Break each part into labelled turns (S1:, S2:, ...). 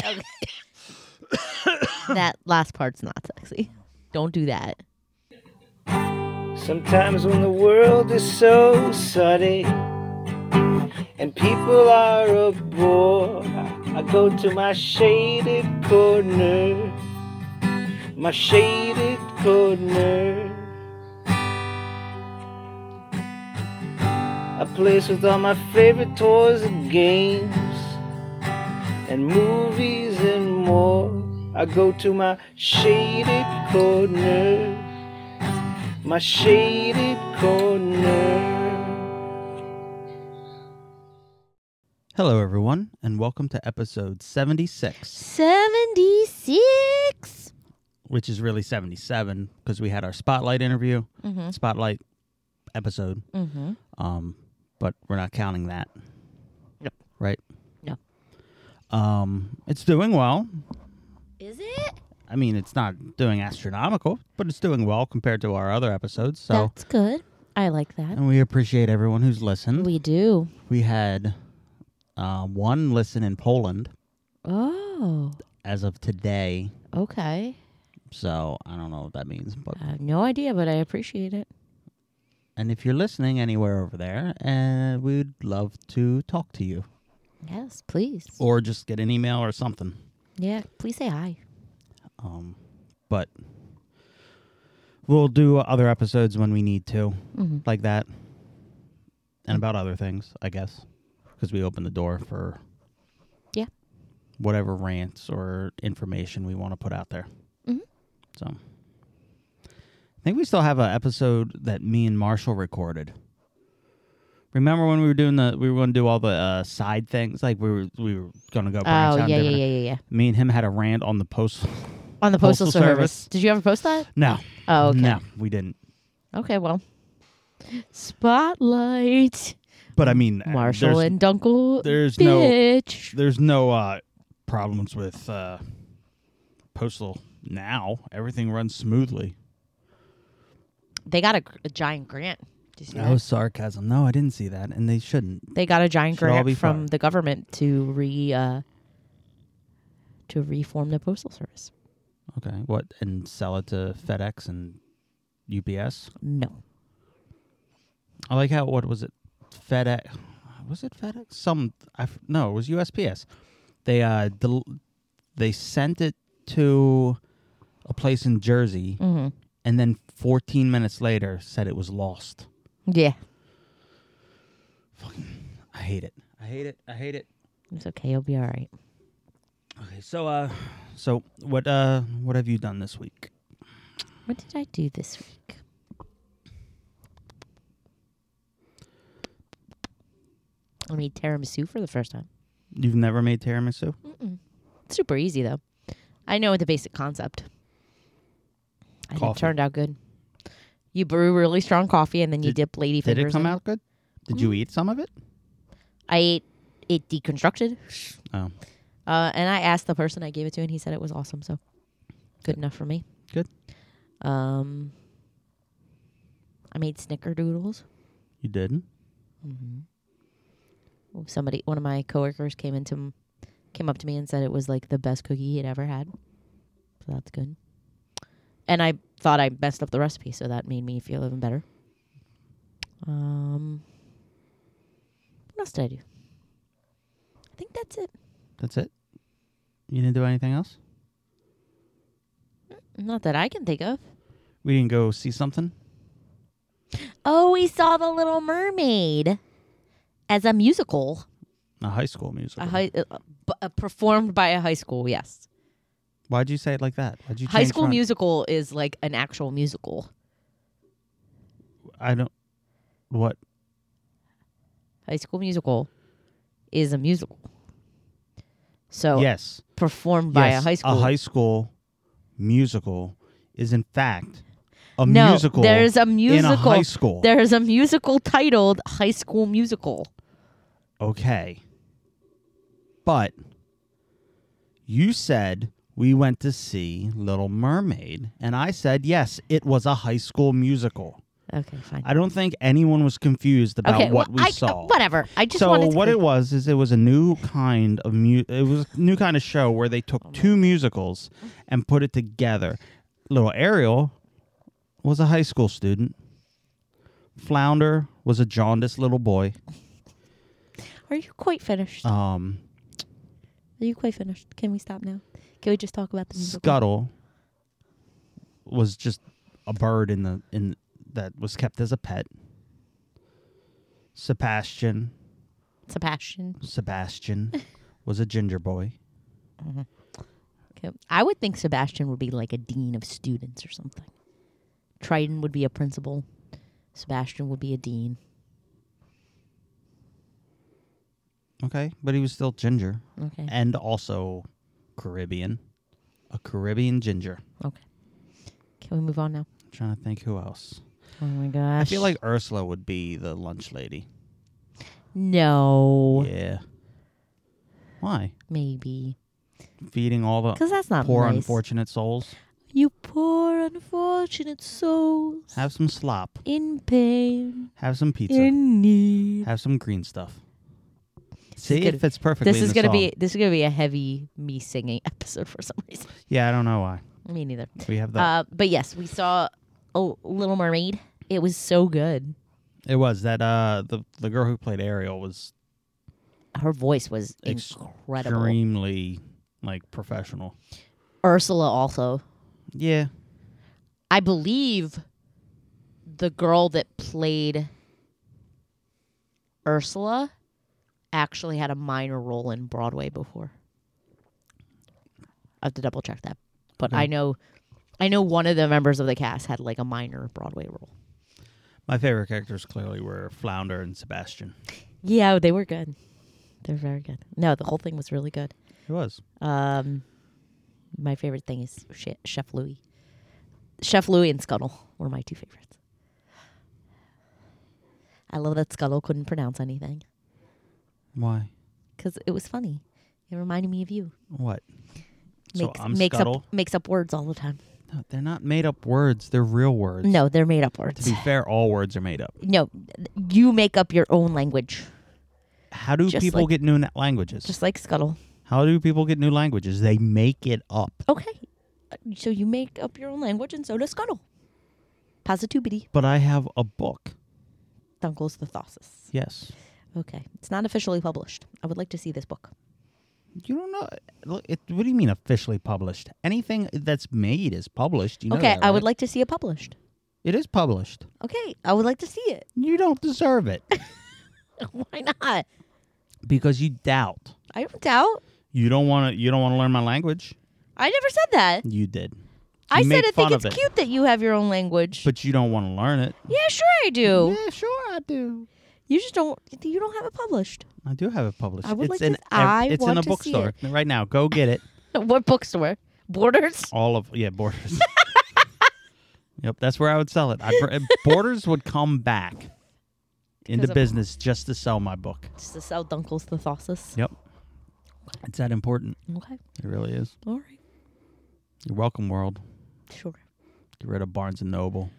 S1: Okay. that last part's not sexy. Don't do that.
S2: Sometimes when the world is so sunny and people are a bore, I go to my shaded corner, my shaded corner. A place with all my favorite toys and games and movies and more. I go to my shaded corner my shaded corner.
S3: Hello, everyone, and welcome to episode 76,
S1: 76.
S3: which is really 77 because we had our spotlight interview,
S1: Mm-hmm.
S3: spotlight episode,
S1: Mm-hmm.
S3: um, but we're not counting that.
S1: Yep.
S3: Right?
S1: No.
S3: Um, it's doing well.
S1: Is it?
S3: I mean, it's not doing astronomical, but it's doing well compared to our other episodes. So,
S1: That's good. I like that.
S3: and we appreciate everyone who's listened.
S1: We do.
S3: We had uh, one listen in Poland
S1: Oh,
S3: as of today.
S1: okay.
S3: So I don't know what that means, but
S1: I have no idea, but I appreciate it.
S3: and if you're listening anywhere over there, and we'd love to talk to you,
S1: Yes, please.
S3: or just get an email or something.
S1: Yeah, please say hi.
S3: Um, but we'll do other episodes when we need to,
S1: Mhm.
S3: like that, and about other things, I guess, because we open the door for
S1: Yeah.
S3: whatever rants or information we want to put out there.
S1: Mhm.
S3: So I think we still have an episode that me and Marshall recorded. Remember when we were doing the we were going to do all the uh, side things like we were we were going to go. branch
S1: Oh, yeah,
S3: out
S1: yeah,
S3: different-
S1: yeah, yeah, yeah.
S3: Me and him had a rant on the postal.
S1: On the postal,
S3: Postal
S1: service.
S3: Service.
S1: Did you ever post that?
S3: No.
S1: Oh, okay.
S3: No, we didn't.
S1: Okay, well. Spotlight.
S3: But I mean, uh,
S1: Marshall
S3: there's,
S1: and Dunkel.
S3: there's no-
S1: bitch.
S3: there's no uh, problems with uh, postal now. Everything runs smoothly.
S1: They got a, gr- a giant grant. Did you see
S3: That
S1: that?
S3: was sarcasm. No, I didn't see that, and they shouldn't.
S1: they got a giant
S3: Should all
S1: grant
S3: be
S1: from
S3: fine.
S1: the government to re uh, to reform the postal service.
S3: Okay, what and sell it to FedEx and UPS.
S1: No,
S3: I like how what was it? FedEx was it FedEx? Some I f- no, it was USPS. They uh del- they sent it to a place in Jersey,
S1: mm-hmm.
S3: and then 14 minutes later said it was lost.
S1: yeah,
S3: I hate it. I hate it. I hate it.
S1: it's okay. You'll be all right.
S3: Okay, so uh so what uh what have you done this week?
S1: What did I do this week? I made tiramisu for the first time.
S3: You've never made tiramisu?
S1: It's super easy though. I know the basic concept. And it
S3: Coffee.
S1: turned out good. You brew really strong coffee and then you
S3: Did-
S1: dip lady
S3: Did
S1: fingers.
S3: it come
S1: in.
S3: out good? Did
S1: Mm-hmm.
S3: you eat some of it?
S1: I ate it deconstructed.
S3: Oh,
S1: Uh, and I asked the person I gave it to, and he said it was awesome. So good enough for me.
S3: Good.
S1: Um, I made snickerdoodles.
S3: you didn't.
S1: Mm-hmm. Somebody, one of my coworkers, came into m- came up to me and said it was like the best cookie he had ever had. So that's good. And I thought I messed up the recipe, so that made me feel even better. Um, what else did I do? I think that's it.
S3: That's it. You didn't do anything else?
S1: Not that I can think of.
S3: We didn't go see something?
S1: Oh, we saw The Little Mermaid as a musical,
S3: A high school musical.
S1: a high, uh, uh, b- uh, performed by a high school. Yes,
S3: Why'd you say it like that? Why'd you
S1: High
S3: change
S1: School
S3: from-
S1: Musical is like an actual musical.
S3: I don't. What?
S1: High School Musical is a musical. So
S3: yes.
S1: performed by
S3: yes,
S1: a Oh, high school.
S3: A high school musical is in fact a
S1: no,
S3: musical.
S1: there's a
S3: in
S1: musical.
S3: a high school.
S1: There's a musical titled High School Musical.
S3: okay. But you said we went to see Little Mermaid, and I said yes, it was a high school musical.
S1: Okay, fine.
S3: I don't think anyone was confused about
S1: okay,
S3: what
S1: well,
S3: we
S1: I,
S3: saw.
S1: Whatever. I just
S3: so
S1: wanted to
S3: what
S1: clear-
S3: it was is it was a new kind of mu- it was a new kind of show where they
S1: Oh
S3: took two musicals and put it together. Little Ariel was a high school student. Flounder was a jaundiced little boy.
S1: Are you quite finished?
S3: Um,
S1: Are you quite finished? Can we stop now? Can we just talk about the musical?
S3: Scuttle was just a bird in the in that was kept as a pet. Sebastian
S1: Sebastian.
S3: Sebastian was a ginger boy.
S1: Okay. I would think Sebastian would be like a dean of students or something. Triton would be a principal. Sebastian would be a dean.
S3: Okay, but he was still ginger
S1: Okay.
S3: and also Caribbean, a Caribbean ginger.
S1: Okay. Can we move on now?
S3: I'm trying to think who else.
S1: Oh my gosh.
S3: I feel like Ursula would be the lunch lady.
S1: no,
S3: Yeah. Why
S1: maybe
S3: feeding all the
S1: because that's not
S3: poor
S1: nice.
S3: unfortunate souls?
S1: You poor unfortunate souls
S3: Have some slop.
S1: in pain,
S3: Have some pizza.
S1: in need.
S3: Have some green stuff. See,
S1: gonna-
S3: it fits perfectly.
S1: This
S3: in
S1: is
S3: the
S1: gonna
S3: song.
S1: be this is gonna be a heavy me singing episode for some reason.
S3: Yeah, I don't know why
S1: Me neither.
S3: we have that.
S1: Uh, but yes, we saw oh, Little Mermaid. It was so good.
S3: it was that uh the the girl who played Ariel was
S1: Her voice was incredible.
S3: extremely like professional.
S1: Ursula also.
S3: Yeah,
S1: I believe the girl that played Ursula actually had a minor role in Broadway before. I have to double check that. But I know I know one of the members of the cast had like a minor Broadway role.
S3: my favorite characters clearly were Flounder and Sebastian.
S1: Yeah, they were good. They're very good. No, the whole thing was really good.
S3: It was.
S1: Um, my favorite thing is Che- Chef Louis. Chef Louis and Scuttle were my two favorites. I love that Scuttle couldn't pronounce anything
S3: Why?
S1: because it was funny. It reminded me of you.
S3: What?
S1: Makes,
S3: so I'm
S1: makes
S3: Scuttle.
S1: up makes up words all the time.
S3: No, they're not made up words. They're real words.
S1: No, they're made up
S3: To
S1: words.
S3: be fair, all words are made up.
S1: No, you make up your own language,
S3: How do
S1: Just
S3: people
S1: like-
S3: get new na- languages?
S1: just like Scuttle.
S3: How do people get new languages? They make it up.
S1: Okay, Uh, so you make up your own language, and so does Scuttle. Positivity.
S3: But I have a book.
S1: Down goes the thesaurus.
S3: Yes.
S1: Okay, it's not officially published. I would like to see this book.
S3: You don't know. Look, it, what do you mean officially published? Anything that's made is published. You know
S1: okay,
S3: that,
S1: I would
S3: right?
S1: like to see it published.
S3: It is published.
S1: Okay, I would like to see it.
S3: You don't deserve it
S1: Why not?
S3: because you doubt.
S1: I don't doubt.
S3: You don't want to. You don't want to learn my language.
S1: I never said that.
S3: You did.
S1: I
S3: You
S1: said
S3: make
S1: I
S3: fun
S1: think it's
S3: of it,
S1: cute that you have your own language.
S3: but Mm-hmm. you don't want to learn it.
S1: yeah, sure I do.
S3: Yeah, sure, I do.
S1: You just don't. You don't have it published.
S3: I do have it published.
S1: I would
S3: it's
S1: like to-
S3: in ev-
S1: I
S3: it's in
S1: want
S3: a
S1: to see
S3: bookstore right now. Go get it.
S1: what bookstore? Borders.
S3: All of yeah, Borders. yep, that's where I would sell it. I, br- uh, Borders would come back into
S1: Because of-
S3: business just to sell my book.
S1: Just to sell Dunkle's Thesaurus.
S3: Yep, it's that important.
S1: Okay.
S3: It really is.
S1: All right.
S3: You're welcome, world.
S1: Sure.
S3: Get rid of Barnes and Noble.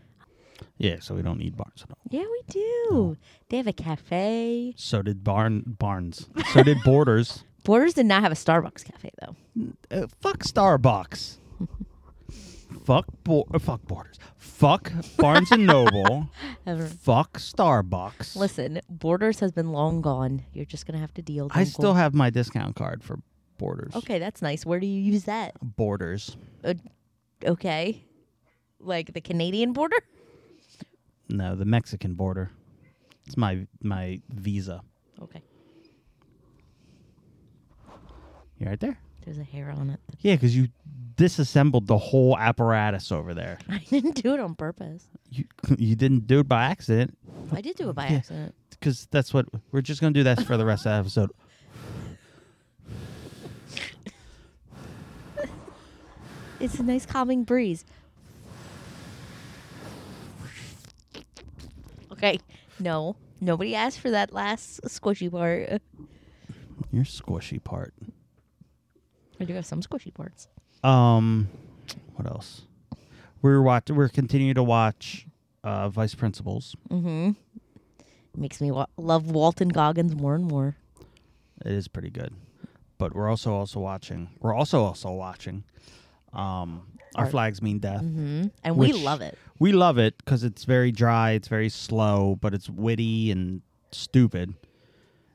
S3: Yeah, so we don't need Barnes and Noble.
S1: Yeah, we do.
S3: Oh.
S1: They have a cafe.
S3: So did Barn Barnes. So did Borders.
S1: Borders did not have a Starbucks cafe though.
S3: Uh, fuck Starbucks. fuck Bo- uh, fuck Borders. Fuck Barnes and Noble.
S1: Ever.
S3: fuck Starbucks.
S1: Listen, Borders has been long gone. You're just gonna have to deal.
S3: I
S1: Dunkle.
S3: still have my discount card for Borders.
S1: Okay, that's nice. Where do you use that?
S3: Borders.
S1: Uh, okay. Like the Canadian border?
S3: No, the Mexican border. It's my my visa.
S1: Okay.
S3: You right there?
S1: There's a hair on it.
S3: Yeah, because you disassembled the whole apparatus over there.
S1: I didn't do it on purpose.
S3: You you didn't do it by accident
S1: I did do it by
S3: Yeah.
S1: accident.
S3: because that's what we're just gonna do. That for the rest of the episode.
S1: It's a nice calming breeze. Okay. No. Nobody asked for that last squishy part.
S3: Your squishy part.
S1: I do have some squishy parts.
S3: Um, what else? We're watch. We're continuing to watch uh, vice principals.
S1: Mm-hmm. Makes me wa- love Walton Goggins more and more.
S3: It is pretty good, but we're also also watching. We're also also watching. Um, our
S1: Art.
S3: flags mean death.
S1: Mm-hmm. And we
S3: Which-
S1: love it.
S3: We love it because it's very dry, it's very slow, but it's witty and stupid.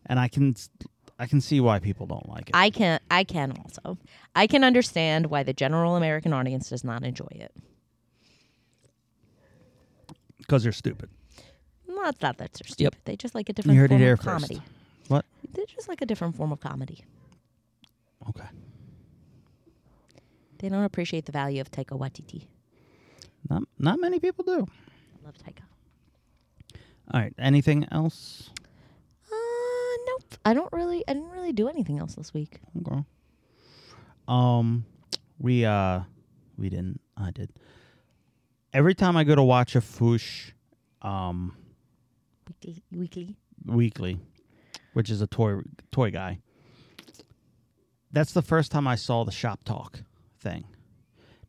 S3: And I can, I can see why people don't like it.
S1: I can I can also. I can understand why the general American audience does not enjoy it.
S3: because they're stupid.
S1: Well, it's not that they're stupid.
S3: Yep.
S1: They just like a
S3: You
S1: different
S3: heard it
S1: form
S3: here
S1: of
S3: first.
S1: comedy.
S3: What?
S1: They just like a different form of comedy.
S3: Okay.
S1: They don't appreciate the value of Taika Waititi.
S3: Not not many people do.
S1: I love Taika.
S3: All right. Anything else?
S1: Uh, nope. I don't really. I didn't really do anything else this week.
S3: Okay. Um, we uh, we didn't. I did. Every time I go to watch a foosh, um,
S1: Weekly, weekly.
S3: Weekly, which is a toy toy guy. That's the first time I saw the shop talk thing.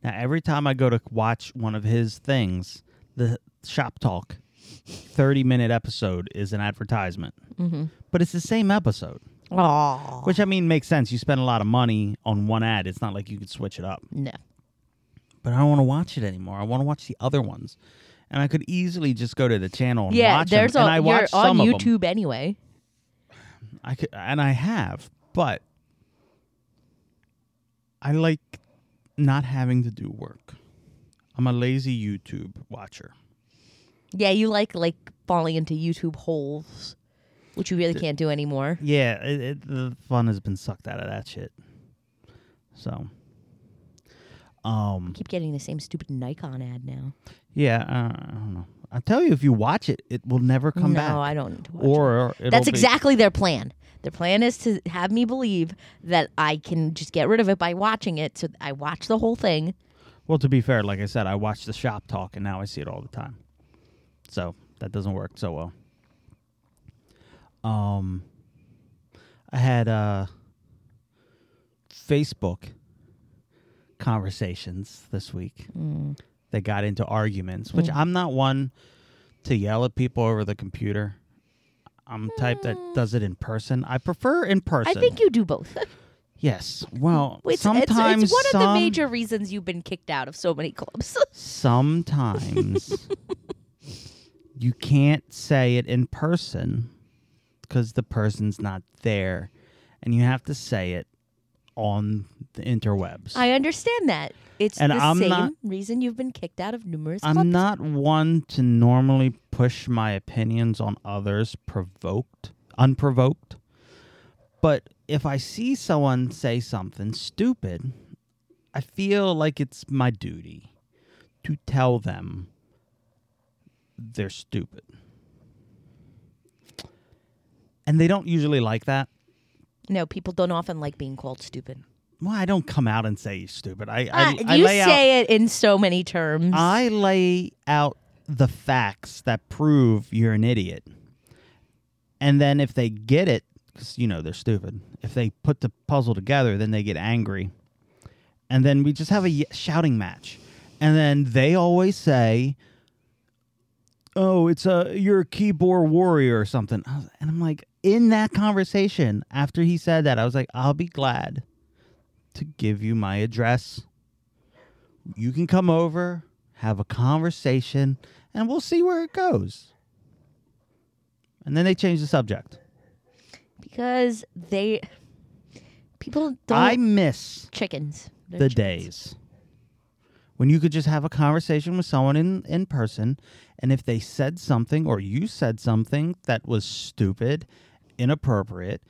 S3: Now every time I go to watch one of his things, the shop talk 30 minute episode is an advertisement.
S1: Mm-hmm.
S3: But it's the same episode,
S1: Oh
S3: which I mean makes sense. You spend a lot of money on one ad. It's not like you could switch it up.
S1: no.
S3: But I don't want to watch it anymore. I want to watch the other ones. And I could easily just go to the channel and
S1: Yeah,
S3: watch
S1: there's
S3: them.
S1: a
S3: and I
S1: you're
S3: watch
S1: on
S3: some of them.
S1: YouTube anyway.
S3: I could, and I have, but I like not having to do work. I'm a lazy YouTube watcher.
S1: Yeah, you like like falling into YouTube holes, which you really can't do anymore.
S3: Yeah, it, it, the fun has been sucked out of that shit. So, um,
S1: Keep getting the same stupid Nikon ad now.
S3: yeah, uh, I don't know. I tell you, if you watch it, it will never come
S1: no,
S3: back.
S1: I don't. Need to watch it.
S3: or it'll
S1: that's
S3: be-
S1: exactly their plan. Their plan is to have me believe that I can just get rid of it by watching it. So I watch the whole thing.
S3: Well, to be fair, like I said, I watch the shop talk and now I see it all the time. So that doesn't work so well. Um I had uh Facebook conversations this week
S1: Mm.
S3: that got into arguments, which I'm not one to yell at people over the computer. I'm the type that does it in person. I prefer in person.
S1: Mm. I think you do both.
S3: yes. Well,
S1: It's, it's-
S3: sometimes
S1: it's, one of the
S3: some-
S1: major reasons you've been kicked out of so many clubs.
S3: sometimes you can't say it in person because the person's not there and you have to say it on the interwebs
S1: I understand that. It's
S3: And
S1: the
S3: I'm
S1: same
S3: not-
S1: reason you've been kicked out of numerous clubs.
S3: i'm not one to normally push my opinions on others provoked unprovoked but if i see someone say something stupid i feel like it's my duty to tell them they're stupid and they don't usually like that
S1: No, people don't often like being called stupid.
S3: well i don't come out and say you're stupid i, I,
S1: Ah,
S3: I
S1: you
S3: lay out
S1: say it in so many terms.
S3: I lay out the facts that prove you're an idiot. And then if they get it, because, you know, they're stupid, if they put the puzzle together, then they get angry. And then we just have a ye- shouting match. And then they always say, oh, it's a, you're a keyboard warrior or something. I was- And I'm like, in that conversation, after he said that, I was like, I'll be glad to give you my address you can come over, have a conversation, and we'll see where it goes. And then they change the subject.
S1: because they people don't
S3: I miss
S1: chickens. They're
S3: the
S1: chickens.
S3: days when you could just have a conversation with someone in, in person, and if they said something or you said something that was stupid, inappropriate,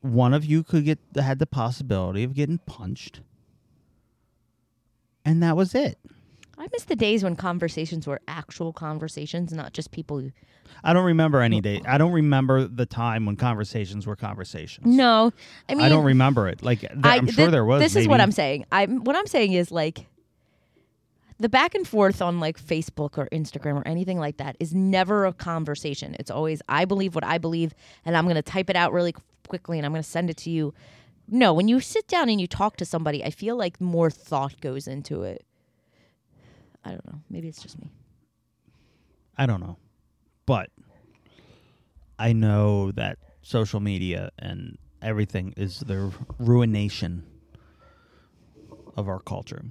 S3: one of you could get had the possibility of getting punched. And that was it.
S1: I miss the days when conversations were actual conversations, not just people.
S3: I don't remember any day. I don't remember the time when conversations were conversations.
S1: No, I
S3: I,
S1: mean
S3: don't remember it. Like th- I'm
S1: thi-
S3: sure there was.
S1: This is what
S3: maybe.
S1: I'm saying. I'm what I'm saying is like the back and forth on like Facebook or Instagram or anything like that is never a conversation. It's always I believe what I believe, and I'm going to type it out really quickly, and I'm going to send it to you. No, when you sit down and you talk to somebody, I feel like more thought goes into it. I don't know. Maybe it's just me.
S3: I don't know. But I know that social media and everything is the ruination of our culture.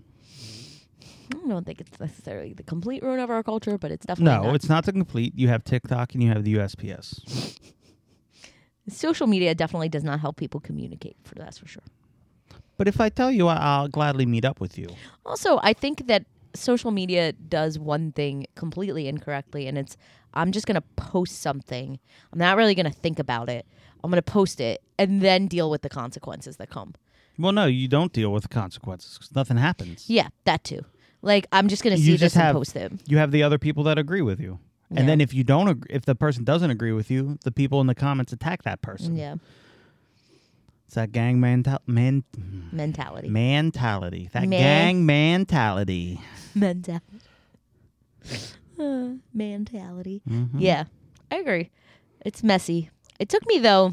S1: I don't think it's necessarily the complete ruin of our culture, but it's definitely
S3: No,
S1: not.
S3: it's not the complete. You have TikTok and you have the USPS.
S1: social media definitely does not help people communicate. For that's for sure.
S3: But if I tell you, I- I'll gladly meet up with you.
S1: Also, I think that social media does one thing completely incorrectly, and it's I'm just gonna post something. I'm not really gonna think about it. I'm gonna post it and then deal with the consequences that come.
S3: Well, no, you don't deal with the consequences 'cause nothing happens.
S1: Yeah, that too. Like I'm just gonna
S3: you
S1: see
S3: just
S1: this and
S3: have
S1: post it.
S3: you have the other people that agree with you,
S1: Yeah.
S3: and then if you don't, ag- if the person doesn't agree with you, the people in the comments attack that person.
S1: Yeah,
S3: It's that gang menta- man-
S1: mentality.
S3: mentality.
S1: Man-
S3: That gang mentality.
S1: mentality. Uh, mentality. Yeah, I agree. It's messy. It took me though,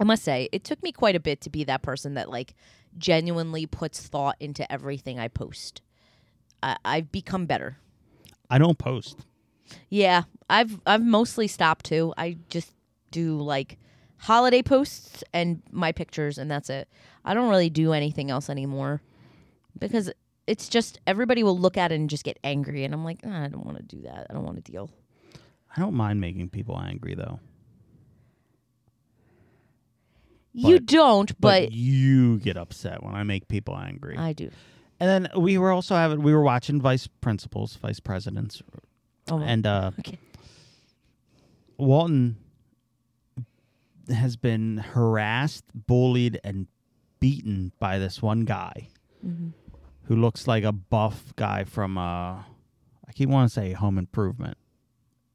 S1: I must say, it took me quite a bit to be that person that like genuinely puts thought into everything I post. I, I've become better.
S3: I don't post.
S1: Yeah, I've I've mostly stopped to. I just do like holiday posts and my pictures and that's it. I don't really do anything else anymore because it's just everybody will look at it and just get angry and I'm like, "Ah, I don't want to do that. I don't want to deal.
S3: I don't mind making people angry though.
S1: you
S3: But-
S1: don't, but,
S3: you get upset when I make people angry.
S1: I do.
S3: and then we were also having we were watching vice principals, vice presidents,
S1: Oh,
S3: and uh,
S1: okay.
S3: Walton has been harassed, bullied, and beaten by this one guy
S1: Mm-hmm.
S3: who looks like a buff guy from uh, I keep wanting to say Home Improvement,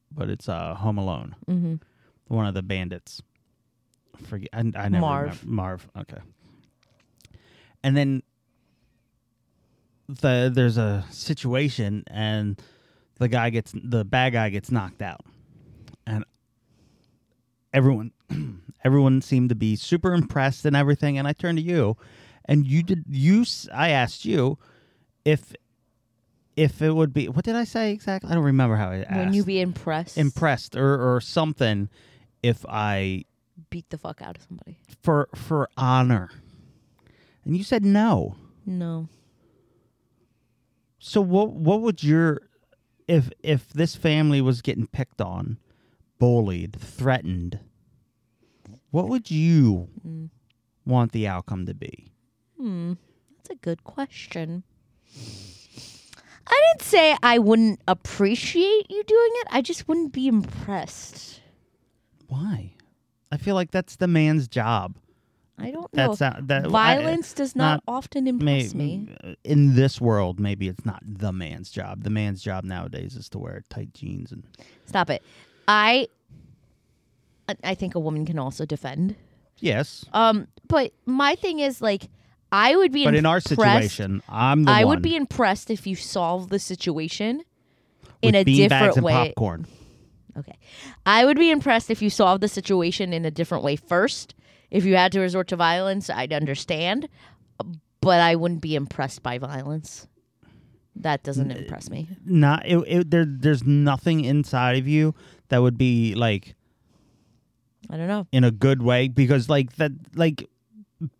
S3: but it's uh, Home Alone.
S1: Mhm.
S3: One of the bandits. Forget I, I never
S1: Marv.
S3: remember- Marv. Okay. And then the there's a situation and the guy gets the bad guy gets knocked out and everyone everyone seemed to be super impressed and everything and i turned to you and you did you s- i asked you if if it would be what did i say exactly i don't remember how i asked
S1: When you be impressed,
S3: impressed or or something if i
S1: beat the fuck out of somebody.
S3: for for honor and you said no
S1: No.
S3: So what what would your if if this family was getting picked on, bullied, threatened, what would you
S1: Mm.
S3: want the outcome to be?
S1: Hmm, That's a good question. I didn't say I wouldn't appreciate you doing it. I just wouldn't be impressed.
S3: Why? I feel like that's the man's job.
S1: I don't know.
S3: That's not that I-
S1: Violence does not, often
S3: may- uh,
S1: impress me.
S3: in this world. Maybe it's not the man's job. The man's job nowadays is to wear tight jeans and
S1: Stop it. I I- I think a woman can also defend.
S3: yes.
S1: Um, but my thing is like I would be
S3: but in our
S1: impressed-
S3: situation, I'm the
S1: I
S3: one
S1: would be impressed if you solve the situation
S3: with
S1: in a
S3: beanbags
S1: different
S3: and
S1: way.
S3: popcorn.
S1: Okay. I would be impressed if you solved the situation in a different way first. If you had to resort to violence, I'd understand, but I wouldn't be impressed by violence. That doesn't
S3: uh,
S1: impress me.
S3: not it, it, there there's nothing inside of you that would be like
S1: I don't know.
S3: in a good way because like that like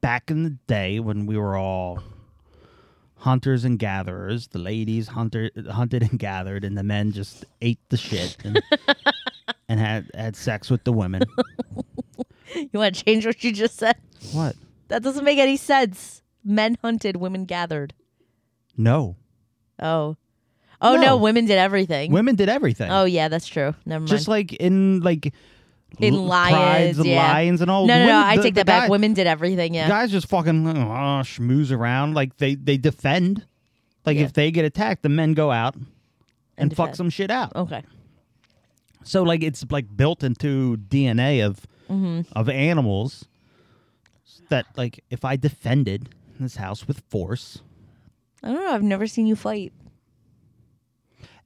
S3: back in the day when we were all hunters and gatherers the ladies hunter hunted and gathered and the men just ate the shit and, and had had sex with the women
S1: You want to change what you just said?
S3: what
S1: That doesn't make any sense. Men hunted, women gathered.
S3: no
S1: Oh. Oh no,
S3: No.
S1: women did everything.
S3: women did everything
S1: Oh yeah, that's true. Never mind.
S3: just like in like
S1: in
S3: l-
S1: lions,
S3: prides and
S1: yeah.
S3: lions and all
S1: No, no, no.
S3: women-
S1: I
S3: the-
S1: take
S3: the
S1: that back.
S3: guy-
S1: Women did everything. Yeah.
S3: guys just fucking oh, schmooze around like they they defend like
S1: Yeah.
S3: if they get attacked the men go out and,
S1: And
S3: fuck
S1: defend. Oh.
S3: some shit out
S1: Okay.
S3: so like it's like built into dna of
S1: Mm-hmm.
S3: of animals that like if i defended this house with force
S1: I don't know. I've never seen you fight.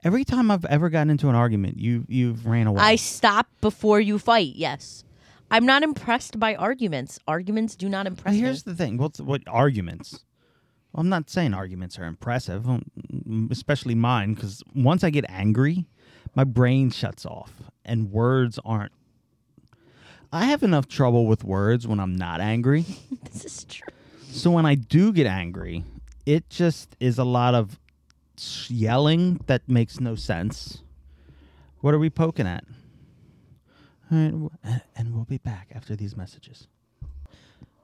S3: every time i've ever gotten into an argument you you've ran away
S1: I stop before you fight. Yes, I'm not impressed by arguments. Arguments do not impress
S3: Well, here's
S1: me.
S3: the thing what's what arguments i'm not saying arguments are impressive um, especially mine because once i get angry my brain shuts off and words aren't. I have enough trouble with words when I'm not angry.
S1: This is true.
S3: So when I do get angry, it just is a lot of s- yelling that makes no sense. What are we poking at? All right, w- a- and we'll be back after these messages.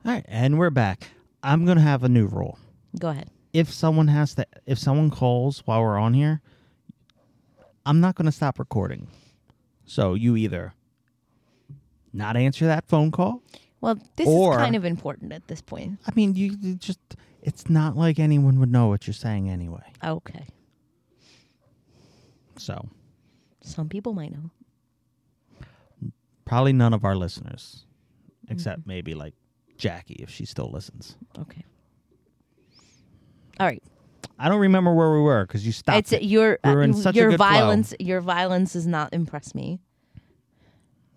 S3: All right, and we're back. I'm gonna have a new rule.
S1: Go ahead.
S3: If someone has to, if someone calls while we're on here, I'm not gonna stop recording. So you either not answer that phone call
S1: Well, this
S3: Or-
S1: is kind of important at this point.
S3: I mean, you, you just, it's not like anyone would know what you're saying anyway.
S1: Okay.
S3: So,
S1: Some people might know.
S3: probably none of our listeners, except maybe like Jackie, if she still listens.
S1: Okay. All right.
S3: I don't remember where we were because you stopped.
S1: it's
S3: it.
S1: your
S3: We were in
S1: uh,
S3: such a
S1: your
S3: good flow.
S1: violence. Your violence does not impress me.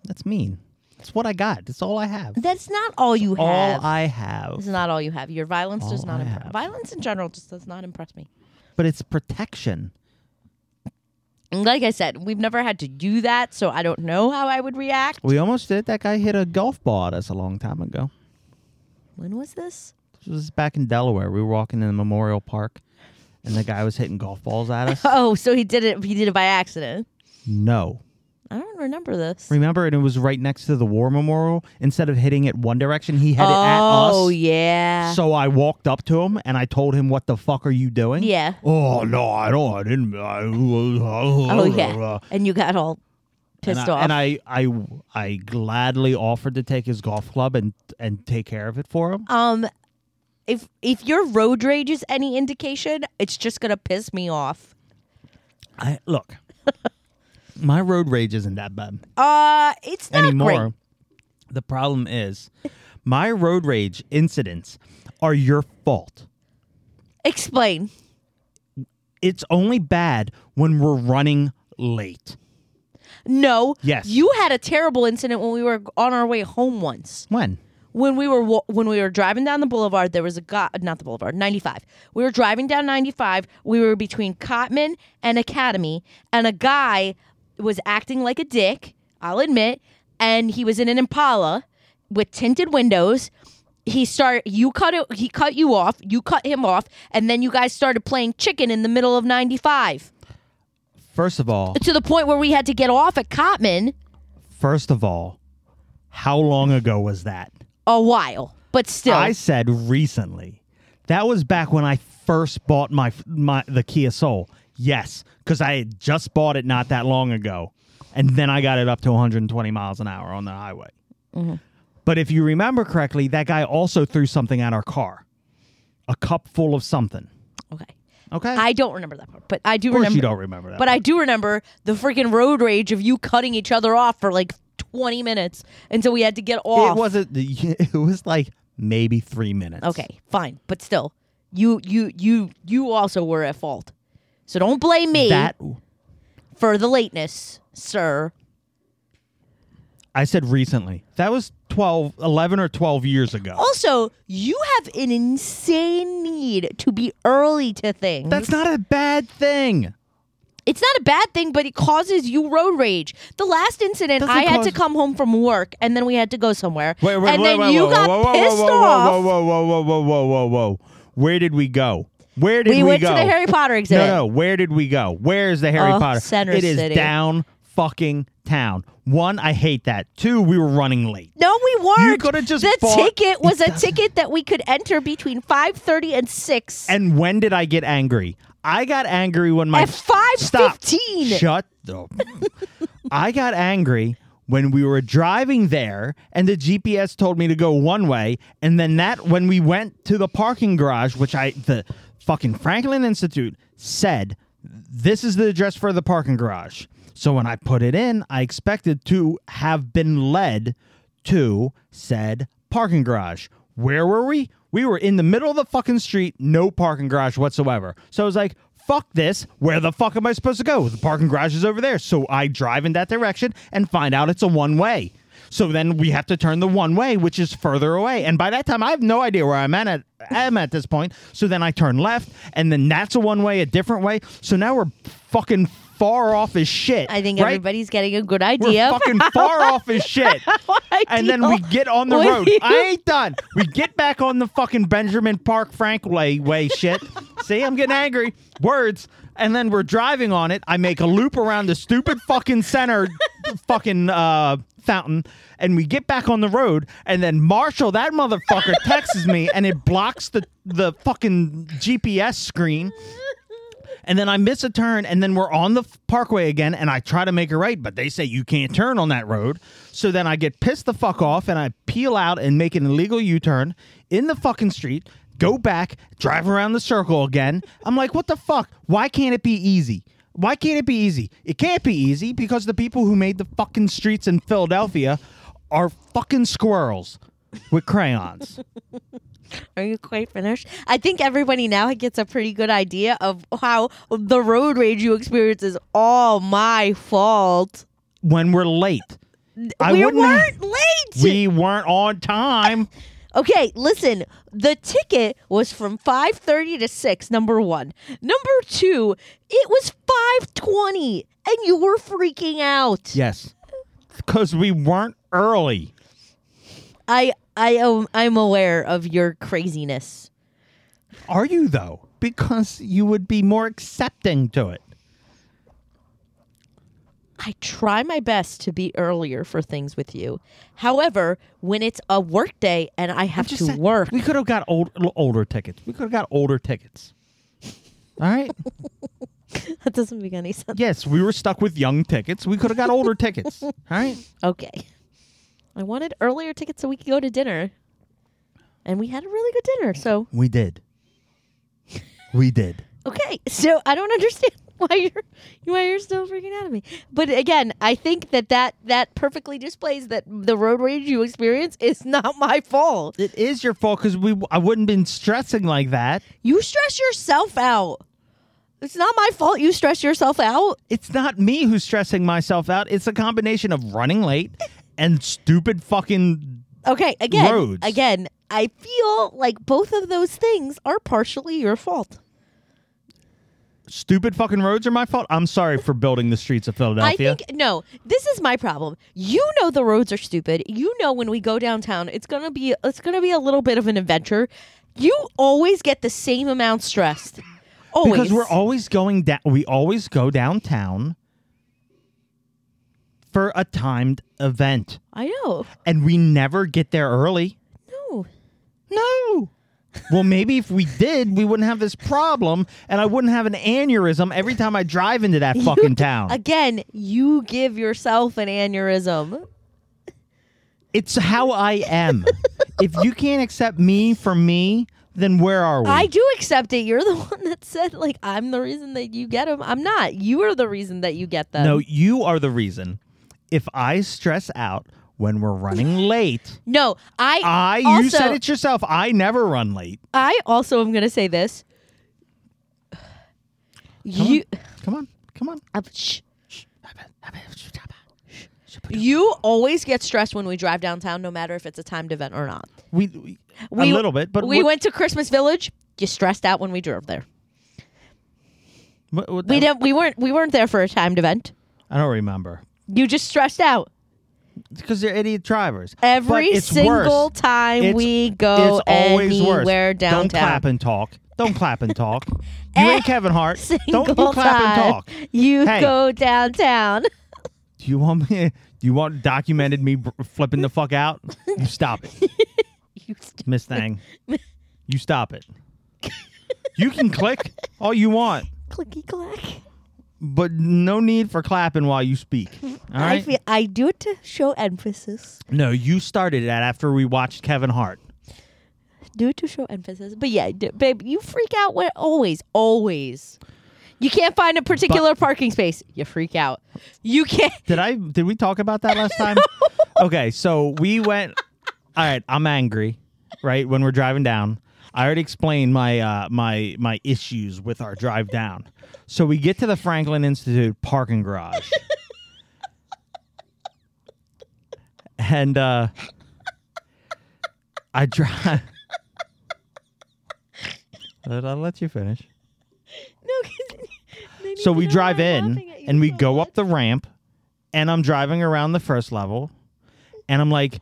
S3: That's mean. That's what I got. That's all I have.
S1: That's not all you
S3: all
S1: have.
S3: I have.
S1: It's not all you have. Your violence does
S3: All
S1: not
S3: I
S1: impress.
S3: have.
S1: Violence in general just does not impress me.
S3: But it's protection.
S1: And Like I said, we've never had to do that, so I don't know how I would react.
S3: We almost did. That guy hit a golf ball at us a long time ago.
S1: When was this?
S3: This was back in Delaware. We were walking in Memorial Park, and the guy was hitting golf balls at us.
S1: Oh, so he did it. He did it by accident.
S3: no.
S1: I don't remember this.
S3: Remember, and it was right next to the war memorial. Instead of hitting it one direction, he hit it at us.
S1: oh yeah.
S3: So I walked up to him and I told him, "What the fuck are you doing?"
S1: Yeah.
S3: Oh no, I don't. I didn't. I, oh
S1: oh yeah. And you got all pissed
S3: and I,
S1: off.
S3: And I, I, I gladly offered to take his golf club and and take care of it for him.
S1: um, if if your road rage is any indication, it's just gonna piss me off.
S3: I look. my road rage isn't that bad
S1: Uh, it's not
S3: anymore.
S1: great.
S3: The problem is, my road rage incidents are your fault.
S1: Explain.
S3: It's only bad when we're running late.
S1: No.
S3: Yes.
S1: You had a terrible incident when we were on our way home once.
S3: When?
S1: when we were wa- when we were driving down the boulevard, there was a guy, not the boulevard, 95. We were driving down 95. We were between Cotman and Academy, and a guy was acting like a dick. I'll admit, and he was in an Impala with tinted windows. He started. You cut it. He cut you off. You cut him off, and then you guys started playing chicken in the middle of 95
S3: First of all,
S1: to the point where we had to get off at Cotman
S3: First of all, how long ago was that?
S1: a while. But still,
S3: I said recently. That was back when I first bought my my the Kia Soul. Yes, because I had just bought it not that long ago, and then I got it up to 120 miles an hour on the highway. But if you remember correctly, that guy also threw something at our car, a cup full of something.
S1: okay.
S3: Okay,
S1: I don't remember that part, but I do
S3: of course
S1: remember.
S3: you don't remember that.
S1: But I do remember the freaking road rage of you cutting each other off for like 20 minutes until we had to get
S3: it
S1: off.
S3: wasn't. It was like maybe three minutes.
S1: okay, fine, but still, you you you you also were at fault. So don't blame me
S3: that
S1: for the lateness, sir.
S3: I said recently. That was 12, 11 or 12 years ago.
S1: Also, you have an insane need to be early to things.
S3: That's not a bad thing.
S1: it's not a bad thing, but it causes you road rage. The last incident,
S3: Doesn't
S1: I had
S3: cause-
S1: to come home from work, and then we had to go somewhere. and then you got pissed
S3: whoa,
S1: off.
S3: Whoa, whoa, whoa, whoa, whoa, whoa, whoa, whoa. Where did we go? Where did
S1: we,
S3: we,
S1: went
S3: go?
S1: to the Harry Potter exhibit.
S3: no, no. Where did we go? Where is the Harry
S1: Oh,
S3: Potter?
S1: Center
S3: it is
S1: City.
S3: down fucking town. One, I hate that. Two, we were running late.
S1: No, we weren't.
S3: coulda just
S1: the
S3: bought-
S1: ticket was
S3: It
S1: a
S3: doesn't-
S1: ticket that we could enter between five thirty and six.
S3: And when did I get angry? I got angry when my
S1: At 5:15.
S3: Stop. Shut up. I got angry when we were driving there and the GPS told me to go one way and then that when we went to the parking garage which I the fucking Franklin Institute said this is the address for the parking garage. So when I put it in, I expected to have been led to said parking garage. Where were we? We were in the middle of the fucking street, no parking garage whatsoever. So I was like, fuck this. Where the fuck am I supposed to go? The parking garage is over there. So I drive in that direction and find out it's a one way. So then we have to turn the one way, which is further away. And by that time, I have no idea where I'm at. I'm at this point. So then I turn left, and then that's a one way, a different way. So now we're fucking far off as shit.
S1: I think
S3: right?
S1: everybody's getting a good
S3: We're
S1: idea. of
S3: fucking far off as shit.
S1: how I
S3: And then
S1: deal
S3: we get on the
S1: with
S3: road.
S1: you.
S3: I ain't done. We get back on the fucking Benjamin Park Frankway way shit. See, I'm getting angry. Words. And then we're driving on it. I make a loop around the stupid fucking center fucking uh, fountain. And we get back on the road. And then Marshall, that motherfucker, texts me and it blocks the, the fucking GPS screen and then I miss a turn, and then we're on the f- parkway again, and I try to make a right, but they say you can't turn on that road. So then I get pissed the fuck off, and I peel out and make an illegal U turn in the fucking street, go back, drive around the circle again. I'm like, what the fuck? Why can't it be easy? Why can't it be easy? It can't be easy because the people who made the fucking streets in Philadelphia are fucking squirrels with crayons.
S1: Are you quite finished? I think everybody now gets a pretty good idea of how the road rage you experience is all my fault.
S3: when we're late, I
S1: we
S3: wouldn't have-
S1: weren't late.
S3: we weren't on time.
S1: okay, listen. The ticket was from five thirty to six. Number one. Number two. It was five twenty, and you were freaking out.
S3: Yes. Because we weren't early.
S1: I I am I'm aware of your craziness.
S3: Are you, though? Because you would be more accepting to it.
S1: I try my best to be earlier for things with you. However, when it's a work day and I have to
S3: saying,
S1: work,
S3: We could have got old, older tickets. We could have got older tickets. All right.
S1: that doesn't make any sense.
S3: yes, we were stuck with young tickets. We could have got older tickets. All right.
S1: Okay. I wanted earlier tickets so we could go to dinner. And we had a really good dinner. So,
S3: We did. We did.
S1: okay. So, I don't understand why you're why you're still freaking out at me. But again, I think that that that perfectly displays that the road rage you experience is not my fault.
S3: It is your fault because we I wouldn't been stressing like that.
S1: You stress yourself out. It's not my fault you stress yourself out.
S3: It's not me who's stressing myself out. It's a combination of running late and stupid fucking
S1: Okay, again,
S3: Roads.
S1: again, I feel like both of those things are partially your fault.
S3: stupid fucking roads are my fault. I'm sorry for building the streets of
S1: I
S3: Philadelphia.
S1: think no. This is my problem. You know the roads are stupid. You know when we go downtown, it's gonna be it's gonna be a little bit of an adventure. You always get the same amount stressed. Always.
S3: because we're always going down. We always go downtown for a timed event,
S1: I know.
S3: and we never get there early.
S1: No. Oh.
S3: No. well, maybe if we did, we wouldn't have this problem, and I wouldn't have an aneurysm every time I drive into that fucking town.
S1: Again, you give yourself an aneurysm.
S3: It's how I am. if you can't accept me for me, then where are we?
S1: I do accept it. You're the one that said like I'm the reason that you get them. I'm not. You are the reason that you get them.
S3: No, you are the reason. If I stress out when we're running late,
S1: No, I.
S3: I
S1: also,
S3: you said it yourself. I never run late.
S1: I also am gonna say this. You.
S3: Come on, come on.
S1: Uh, shh. You always get stressed when we drive downtown, no matter if it's a timed event or not.
S3: We, we,
S1: We-
S3: a little bit, but
S1: we
S3: what-
S1: went to Christmas Village. You stressed out when we drove there.
S3: what- what-
S1: We didn't. We weren't. We weren't there for a timed event.
S3: I don't remember
S1: You just stressed out
S3: because they're idiot drivers. But
S1: every
S3: it's
S1: single
S3: worse.
S1: time
S3: It's-
S1: we go
S3: it's always worse.
S1: anywhere downtown.
S3: Don't clap and talk. Don't clap and talk. You ain't Kevin Hart.
S1: Single
S3: Don't you clap
S1: time
S3: and talk.
S1: You
S3: Hey.
S1: go downtown.
S3: Do you want me? Do you want documented me br- flipping the fuck out? You stop it,
S1: You st-
S3: Miss Thang. You stop it. You can click all you want,
S1: clicky clack.
S3: but no need for clapping while you speak. All
S1: I
S3: right?
S1: feel I do it to show emphasis.
S3: no, you started that after we watched Kevin Hart.
S1: Do it to show emphasis. But yeah, d- babe, you freak out when always, always. You can't find a particular parking space. You freak out. You can't.
S3: Did I? Did we talk about that last time? Okay, so we went. All right, I'm angry. Right when we're driving down, I already explained my uh, my my issues with our drive down. So we get to the Franklin Institute parking garage, and uh, I drive. I'll let you finish.
S1: No, 'cause then
S3: So
S1: you
S3: we
S1: know
S3: drive
S1: I'm
S3: in,
S1: laughing at you.
S3: and we go up the ramp and I'm driving around the first level and I'm like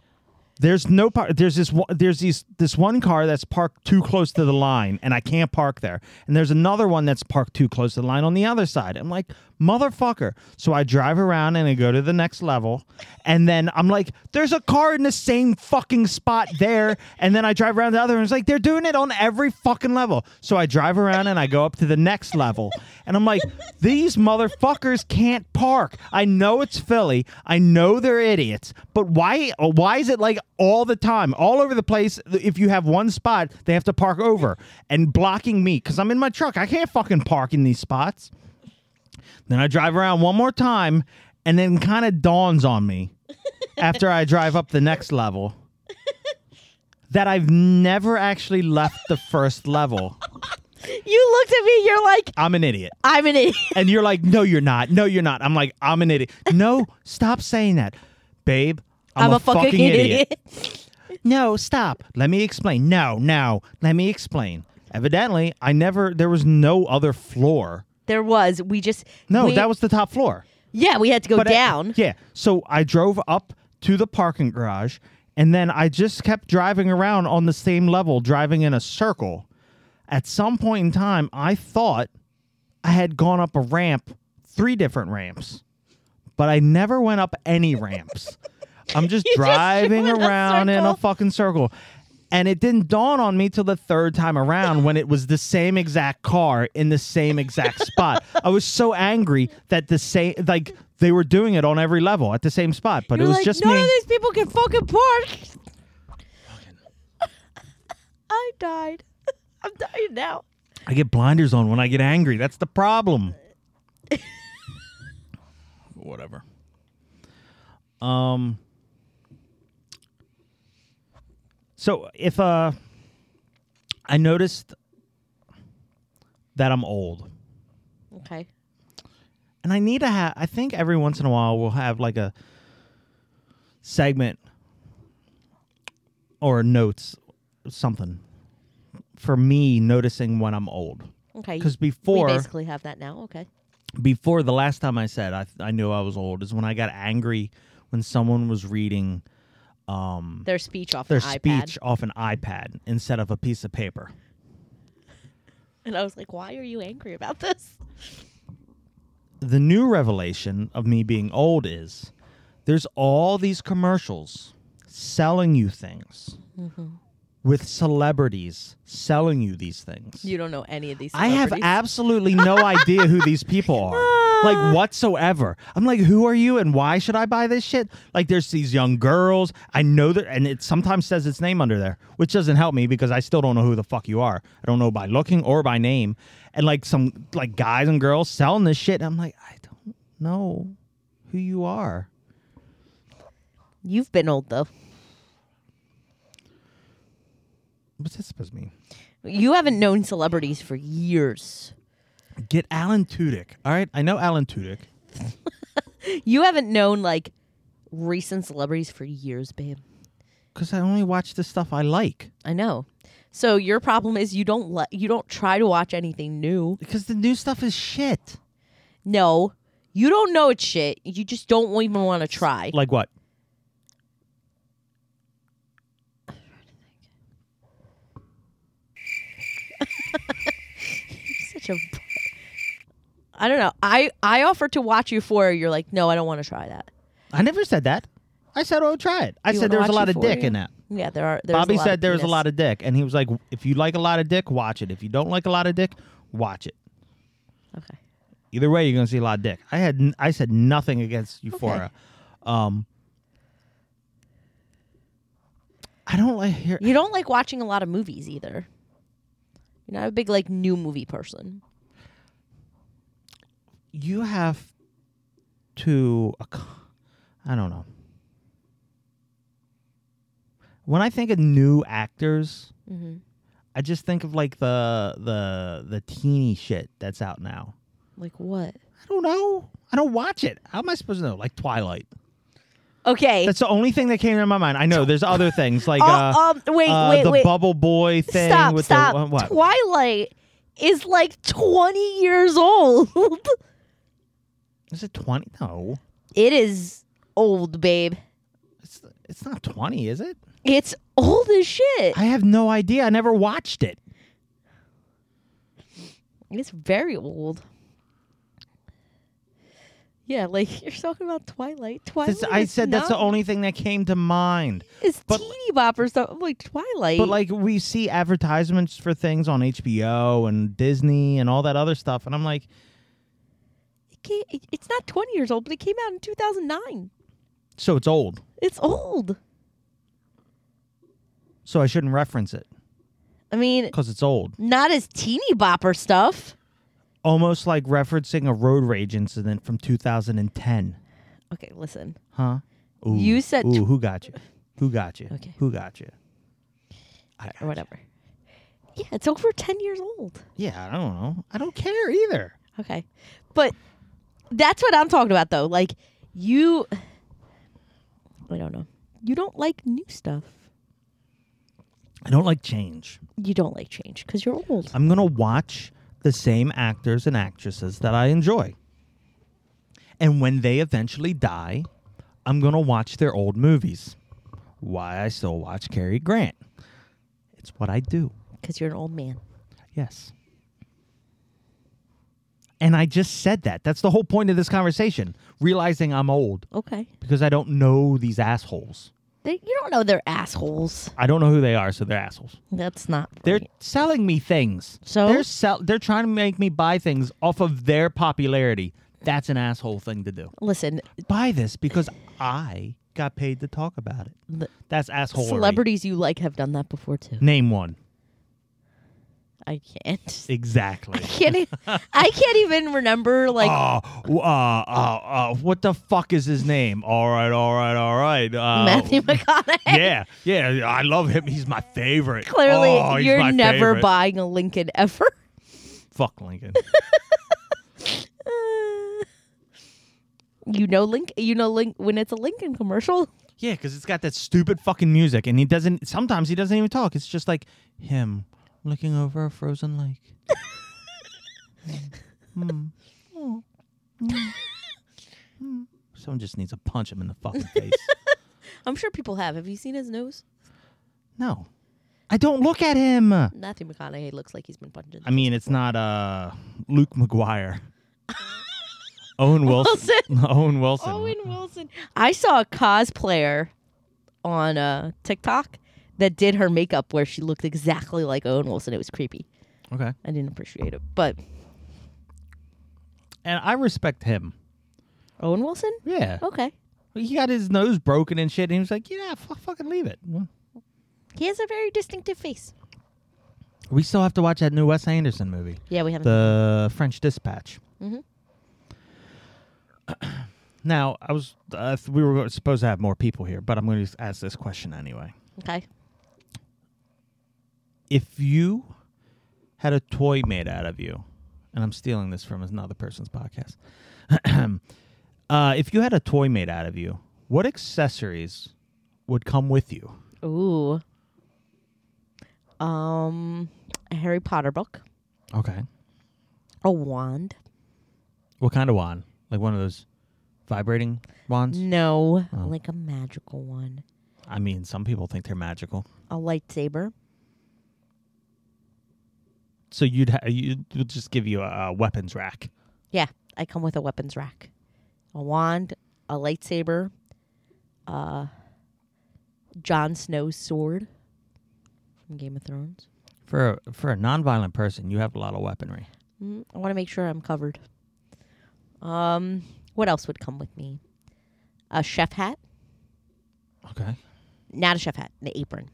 S3: there's no par- there's this one- there's these this one car that's parked too close to the line and I can't park there and there's another one that's parked too close to the line on the other side I'm like motherfucker so I drive around and I go to the next level and then I'm like there's a car in the same fucking spot there and then I drive around the other and it's like they're doing it on every fucking level so I drive around and I go up to the next level and I'm like these motherfuckers can't park I know it's Philly I know they're idiots but why why is it like all the time, all over the place. If you have one spot, they have to park over and blocking me because I'm in my truck. I can't fucking park in these spots. Then I drive around one more time, and then kind of dawns on me after I drive up the next level that I've never actually left the first level.
S1: You looked at me. You're like,
S3: I'm an idiot.
S1: I'm an idiot.
S3: And you're like, no, you're not. No, you're not. I'm like, I'm an idiot. No, stop saying that. Babe, I'm, a, fucking, idiot. No, stop. Let me explain. No, no. Let me explain. Evidently, I never. There was no other floor.
S1: There was. We just
S3: No,
S1: we-
S3: that was the top floor.
S1: yeah. We had to go
S3: I-
S1: down.
S3: yeah. So I drove up to the parking garage, and then I just kept driving around on the same level, driving in a circle. At some point in time, I thought I had gone up a ramp, three different ramps, but I never went up any ramps. I'm just
S1: just
S3: driving
S1: went in a
S3: around in a
S1: circle.
S3: fucking circle. And it didn't dawn on me till the third time around when it was the same exact car in the same exact spot. I was so angry that the same, like, they were doing it on every level at the same spot, but
S1: You're
S3: it was
S1: like,
S3: just
S1: none
S3: me.
S1: of these people can fucking park. I died. I'm dying now.
S3: I get blinders on when I get angry. That's the problem. Whatever. Um. So if uh, I noticed that I'm old,
S1: Okay.
S3: and I need to have. I think every once in a while we'll have like a segment or notes, something for me noticing when I'm old.
S1: Okay.
S3: Because
S1: we
S3: before,
S1: basically have that now. Okay.
S3: before the last time I said I, I knew I was old is when I got angry when someone was reading
S1: Their speech off
S3: their
S1: an iPad.
S3: speech off an iPad instead of a piece of paper.
S1: And I was like, why are you angry about this?
S3: The new revelation of me being old is there's all these commercials selling you things with celebrities selling you these things.
S1: You don't know any of these.
S3: I have
S1: celebrities.
S3: absolutely no idea who these people are. Like whatsoever. I'm like, who are you and why should I buy this shit? Like there's these young girls. I know that and it sometimes says its name under there, which doesn't help me because I still don't know who the fuck you are. I don't know by looking or by name. And like some like guys and girls selling this shit. I'm like, I don't know who you are.
S1: You've been old though.
S3: What's that supposed to mean?
S1: You haven't known celebrities for years.
S3: Get Alan Tudyk. All right. I know Alan Tudyk.
S1: You haven't known like recent celebrities for years, babe.
S3: Because I only watch the stuff I like.
S1: I know. So your problem is you don't let you don't try to watch anything new.
S3: Because the new stuff is shit.
S1: No, you don't know it's shit. You just don't even want to try.
S3: Like what?
S1: Such a. I don't know. I I offered to watch Euphoria. You're like, no, I don't want to try that.
S3: I never said that. I said I would try it. I
S1: You
S3: said
S1: wanna
S3: there was a
S1: watch
S3: lot of dick
S1: Euphoria?
S3: in that.
S1: Yeah, there are. There's
S3: Bobby
S1: a lot
S3: said there was a
S1: penis.
S3: lot of dick, and he was like, "If you like a lot of dick, watch it. If you don't like a lot of dick, watch it.
S1: Okay.
S3: Either way, you're gonna see a lot of dick." I had n- I said nothing against Euphoria. Um, I don't like hear.
S1: You don't like watching a lot of movies either. You're not a big like new movie person.
S3: You have to. ac- I don't know. When I think of new actors,
S1: Mhm.
S3: I just think of like the the the teeny shit that's out now.
S1: Like what?
S3: I don't know. I don't watch it. How am I supposed to know? Like Twilight.
S1: Okay.
S3: That's the only thing that came to my mind. I know there's other things like
S1: Oh,
S3: uh,
S1: um, wait,
S3: uh,
S1: wait,
S3: the
S1: wait.
S3: Bubble Boy thing
S1: stop,
S3: with
S1: stop.
S3: the uh, what?
S1: Twilight is like 20 years old.
S3: Is it twenty? No,
S1: It is old, babe.
S3: it's it's not twenty, is it?
S1: It's old as shit.
S3: I have no idea. I never watched it.
S1: It's very old. Yeah, like you're talking about Twilight. Twilight.
S3: That's- I
S1: is
S3: said that's the
S1: not-
S3: only thing that came to mind.
S1: It's
S3: but-
S1: teeny bopper stuff. I'm like Twilight.
S3: But like we see advertisements for things on HBO and Disney and all that other stuff, and I'm like,
S1: It can't- it- it's not 20 years old, but it came out in 2009.
S3: so it's old,
S1: It's old.
S3: so I shouldn't reference it
S1: I mean,
S3: because it's old.
S1: not as teeny bopper stuff.
S3: Almost like referencing a road rage incident from 2010,
S1: Okay, listen.
S3: huh? Ooh,
S1: You said
S3: ooh,
S1: tw-
S3: who got you? Who got you?
S1: Okay.
S3: Who got you? I,
S1: Or whatever. Yeah, it's over 10 years old.
S3: yeah, I don't know. I don't care either.
S1: Okay. But that's what I'm talking about though. Like you I don't know. You don't like new stuff.
S3: I don't like change.
S1: You don't like change cuz you're old.
S3: I'm going to watch the same actors and actresses that I enjoy. And when they eventually die, I'm going to watch their old movies. Why I still watch Cary Grant. It's what I do.
S1: Cuz you're an old man.
S3: Yes. And I just said that. That's the whole point of this conversation, realizing I'm old
S1: Okay.
S3: because I don't know these assholes.
S1: They, you don't know they're assholes.
S3: I don't know who they are, so they're assholes.
S1: That's not
S3: They're
S1: right.
S3: selling me things.
S1: So?
S3: they're sell- they're trying to make me buy things off of their popularity. That's an asshole thing to do.
S1: Listen,
S3: Buy this because I got paid to talk about it.
S1: the
S3: That's asshole.
S1: celebrities you like have done that before too.
S3: Name one.
S1: I can't.
S3: Exactly.
S1: Can't e- I can't even remember like oh.
S3: Uh, w- uh, uh, uh, what the fuck is his name? All right, all right, all right. Uh,
S1: Matthew McConaughey.
S3: Yeah, yeah, I love him. He's my favorite.
S1: Clearly,
S3: Oh, he's
S1: you're
S3: my
S1: never
S3: favorite.
S1: buying a Lincoln ever.
S3: Fuck Lincoln.
S1: you know link you know link when it's a lincoln commercial
S3: Yeah, because it's got that stupid fucking music, and he doesn't. Sometimes he doesn't even talk. It's just like him looking over a frozen lake. Hmm. Oh. Hmm. Hmm. Someone just needs to punch him in the fucking face.
S1: i'm sure people have have you seen his nose
S3: no, I don't look at him. I
S1: matthew mcconaughey looks like he's been punched in the
S3: mean, it's not uh Luke McGuire, Owen Wilson, Owen Wilson.
S1: owen wilson i saw a cosplayer on uh tiktok that did her makeup where she looked exactly like owen wilson it was creepy
S3: Okay,
S1: i didn't appreciate it but
S3: and I respect him.
S1: owen wilson
S3: Yeah,
S1: okay
S3: he got his nose broken and shit, and he was like, "Yeah, fu fucking leave it."
S1: he has a very distinctive face
S3: We still have to watch that new Wes Anderson movie,
S1: yeah we haven't
S3: The French Dispatch.
S1: Mhm.
S3: Now, I was uh, we were supposed to have more people here, but I'm going to ask this question anyway.
S1: okay
S3: If you had a toy made out of you, and I'm stealing this from another person's podcast, uh, if you had a toy made out of you, what accessories would come with you?
S1: ooh um a harry potter book
S3: Okay,
S1: a wand
S3: what kind of wand? Like one of those vibrating wands?
S1: No, like a magical one.
S3: I mean, some people think they're magical.
S1: A lightsaber.
S3: So you'd ha- you we'll just give you a, a weapons rack.
S1: Yeah, I come with a weapons rack, a wand, a lightsaber, uh, Jon Snow's sword from Game of Thrones.
S3: For a, for a nonviolent person, you have a lot of weaponry.
S1: Mm, I want to make sure I'm covered. Um, what else would come with me? A chef hat?
S3: Okay.
S1: Not a chef hat, an apron.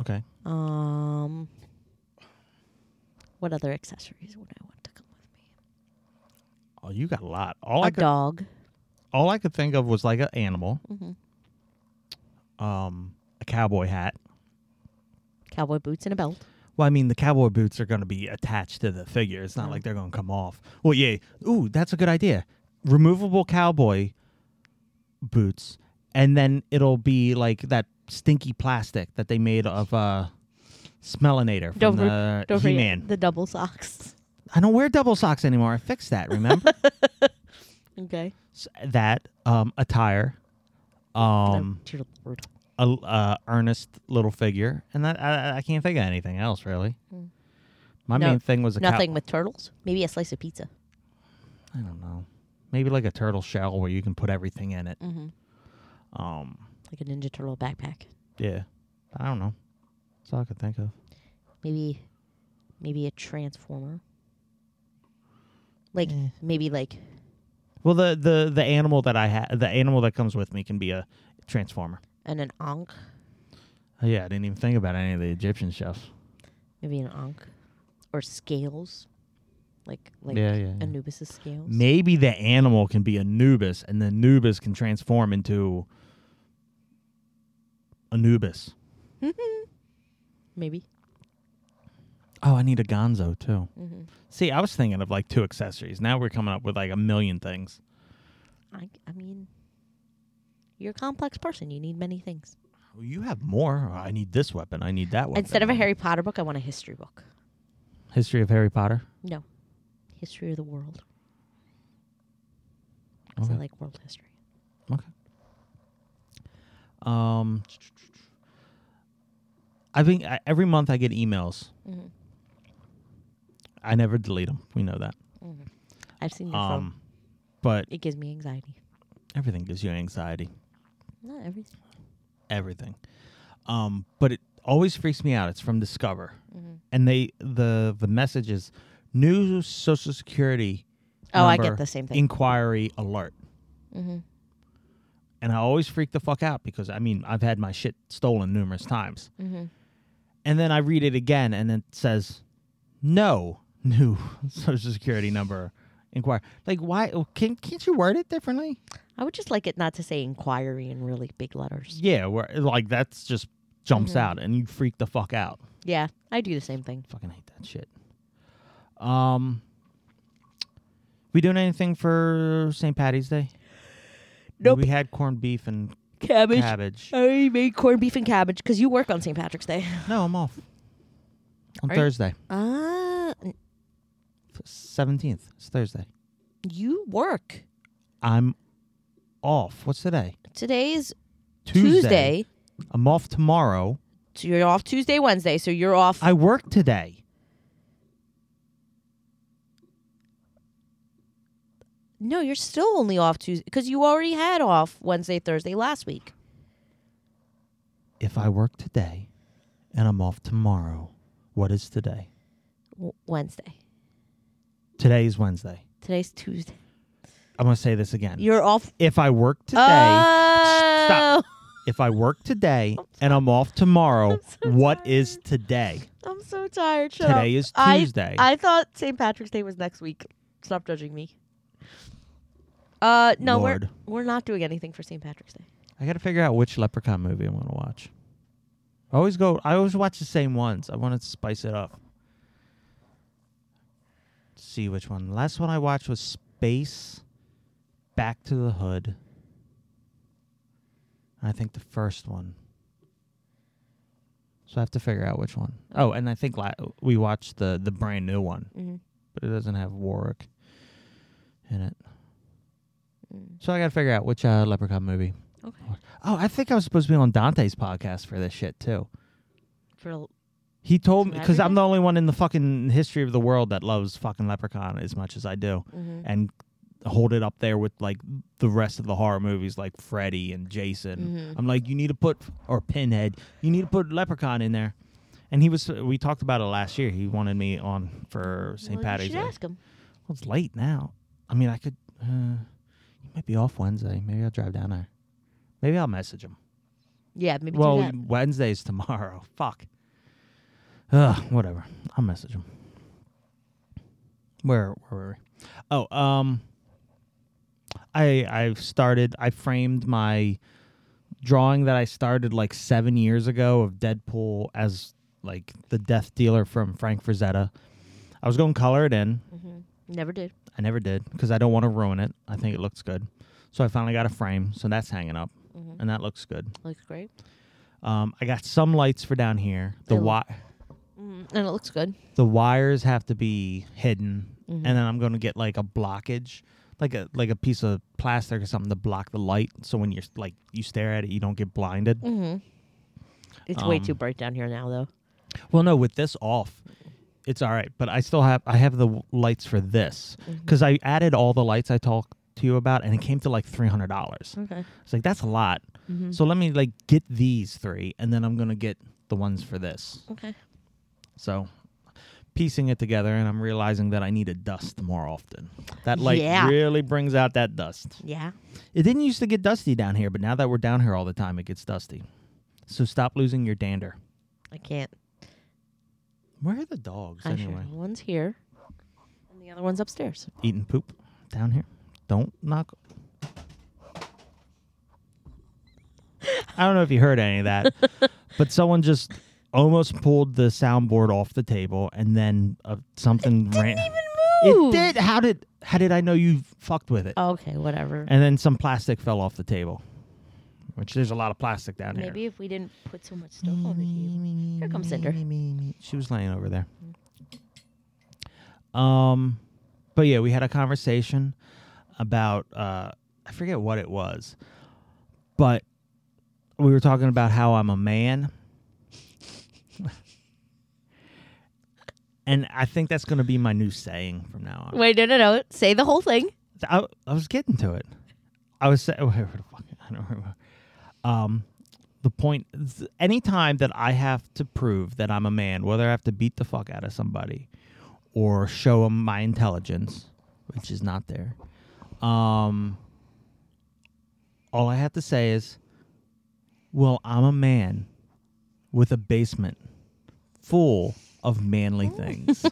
S3: Okay.
S1: Um, what other accessories would I want to come with me?
S3: Oh, you got a lot. All
S1: A
S3: I could,
S1: dog.
S3: all I could think of was like an animal,
S1: Mhm.
S3: um, a cowboy hat.
S1: Cowboy boots and a belt.
S3: Well, I mean, the cowboy boots are going to be attached to the figure. It's not like they're going to come off. Well, yeah. Ooh, that's a good idea. Removable cowboy boots, and then it'll be like that stinky plastic that they made of uh, Smellinator from
S1: Don't for-
S3: the
S1: Don't
S3: He
S1: forget
S3: Man.
S1: the double socks.
S3: I don't wear double socks anymore. I fixed that, remember?
S1: Okay.
S3: S- that um, attire,
S1: oh,
S3: um,
S1: dear Lord.
S3: a uh, earnest little figure, and that I, I can't think of anything else really. My
S1: Hmm. No,
S3: main thing was a cow-
S1: Nothing with turtles. Maybe a slice of pizza.
S3: I don't know, maybe like a turtle shell where you can put everything in it. Um,
S1: Mm-hmm. Like a Ninja Turtle backpack.
S3: yeah, I don't know. That's all I could think of.
S1: Maybe, maybe a transformer. Like
S3: Eh.
S1: maybe like
S3: Well, the the the animal that I had, the animal that comes with me, can be a transformer.
S1: and an onk.
S3: Oh, yeah, I didn't even think about any of the Egyptian chefs.
S1: Maybe an onk, or scales. Like like
S3: Yeah, yeah, yeah.
S1: Anubis's scales.
S3: Maybe the animal can be Anubis, and the Anubis can transform into Anubis.
S1: maybe.
S3: Oh, I need a Gonzo too.
S1: Mm-hmm.
S3: See, I was thinking of like two accessories. Now we're coming up with like a million things.
S1: I I mean, you're a complex person. You need many things.
S3: Well, You have more. I need this weapon. I need that weapon.
S1: Instead of a Harry Potter book, I want a history book.
S3: history of Harry Potter.
S1: No, history of the world. 'Cause I
S3: Okay.
S1: like world history.
S3: Okay. Um, I think I, every month I get emails.
S1: Mm-hmm.
S3: I never delete them. We know that.
S1: I've seen your phone.
S3: Um, but
S1: It gives me anxiety.
S3: everything gives you anxiety.
S1: Not everything.
S3: Everything. Um, but it always freaks me out. It's from Discover,
S1: Mm-hmm.
S3: and they the the message is new Social Security.
S1: Oh, I get
S3: number
S1: the same thing.
S3: Inquiry alert.
S1: Mm-hmm.
S3: And I always freak the fuck out because I mean I've had my shit stolen numerous times.
S1: Mm-hmm.
S3: And then I read it again, and it says, "No new Social Security number inquiry." Like, why oh, can can't you word it differently?
S1: I would just like it not to say inquiry in really big letters.
S3: Yeah, where like that's just
S1: Mm-hmm.
S3: jumps out, and you freak the fuck out.
S1: Yeah, I do the same thing.
S3: Fucking hate that shit. Um, we doing anything for St. Patty's Day?
S1: Nope.
S3: We had corned beef and
S1: Cabbage.
S3: cabbage.
S1: I made corned beef and cabbage because you work on St. Patrick's Day.
S3: No, I'm off on
S1: Are you-
S3: Thursday,
S1: Ah, n-
S3: seventeenth. It's Thursday.
S1: you work.
S3: I'm off. What's today?
S1: Today's
S3: Tuesday.
S1: Tuesday.
S3: I'm off tomorrow.
S1: So you're off Tuesday, Wednesday. So you're off.
S3: I work today.
S1: no, you're still only off Tuesday because you already had off Wednesday, Thursday last week.
S3: If I work today and I'm off tomorrow, what is today?
S1: W- Wednesday.
S3: Today is Wednesday.
S1: Today's Tuesday.
S3: I'm going to say this again.
S1: You're off.
S3: if I work today,
S1: Oh,
S3: stop. if I work today and I'm off tomorrow, what is today?
S1: I'm so tired. Shut
S3: Today
S1: up.
S3: is
S1: I-
S3: Tuesday.
S1: I, thought St. Patrick's Day was next week. Stop judging me. Uh, no,
S3: Lord.
S1: we're we're not doing anything for St. Patrick's Day.
S3: I got to figure out which Leprechaun movie I want to watch. I always go. I always watch the same ones. I want to spice it up. See which one. The last one I watched was Space, Back to the Hood. And I think the first one. So I have to figure out which one. Oh, and I think la- we watched the the brand new one,
S1: Mhm.
S3: but it doesn't have Warwick in it.
S1: Mm-hmm.
S3: So I got to figure out which uh, Leprechaun movie.
S1: Okay.
S3: Oh, I think I was supposed to be on Dante's podcast for this shit too.
S1: For
S3: He told
S1: For
S3: me because I'm
S1: everything?
S3: the only one in the fucking history of the world that loves fucking Leprechaun as much as I do,
S1: mm-hmm.
S3: and hold it up there with like the rest of the horror movies like Freddy and Jason.
S1: Mm-hmm.
S3: I'm like, you need to put or Pinhead, you need to put Leprechaun in there. And he was, we talked about it last year. He wanted me on for St.
S1: well,
S3: Patty's
S1: You
S3: Day.
S1: should
S3: Well,
S1: ask him.
S3: it's late now. I mean, I could. Uh, you might be off Wednesday. Maybe I'll drive down there. Maybe I'll message him.
S1: Yeah, maybe
S3: Well,
S1: do that.
S3: Wednesday's tomorrow. Fuck. Ugh, whatever. I'll message him. Where where were we? Oh, um I I've started I framed my drawing that I started like seven years ago of Deadpool as like the death dealer from Frank Frazetta. I was going to color it in.
S1: Never did.
S3: I never did because I don't want to ruin it. I think it looks good. So I finally got a frame, so that's hanging up. And that looks good.
S1: Looks great.
S3: Um, I got some lights for down here. The
S1: I lo-
S3: wi-
S1: Mm, and it looks good.
S3: the wires have to be hidden, and then I'm gonna get like a blockage. like a like a piece of plastic or something to block the light, so when you're like you stare at it, you don't get blinded.
S1: Mm-hmm. It's
S3: Um,
S1: way too bright down here now, though.
S3: Well, no, with this off, it's all right. But I still have I have the w- lights for this because I added all the lights I talked to you about, and it came to like three hundred dollars.
S1: Okay.
S3: It's like that's a lot.
S1: Mm-hmm.
S3: So let me like get these three, and then I'm gonna get the ones for this.
S1: Okay.
S3: So piecing it together, and I'm realizing that I need to dust more often. That light
S1: Yeah.
S3: really brings out that dust.
S1: Yeah.
S3: It didn't used to get dusty down here, but now that we're down here all the time, it gets dusty. So stop losing your dander.
S1: I can't.
S3: Where are the dogs
S1: I
S3: anyway?
S1: sure. One's here, and the other one's upstairs.
S3: eating poop down here. Don't knock. I don't know if you heard any of that, but someone just almost pulled the soundboard off the table, and then uh, something ran.
S1: move. Oh.
S3: It did. How did? How did I know you fucked with it?
S1: Okay, whatever.
S3: And then some plastic fell off the table, which there's a lot of plastic down here.
S1: Maybe if we didn't put so much stuff on the table. Here comes Cinder.
S3: She was laying over there. Um, but yeah, we had a conversation about uh, I forget what it was, but we were talking about how I'm a man, and I think that's going to be my new saying from now on.
S1: Wait, no, no, no. Say the whole thing.
S3: I, I was getting to it. I was saying, where the fuck? I don't remember. Um, the point is, anytime that I have to prove that I'm a man, whether I have to beat the fuck out of somebody or show them my intelligence, which is not there, um, all I have to say is, well, I'm a man with a basement full of manly things.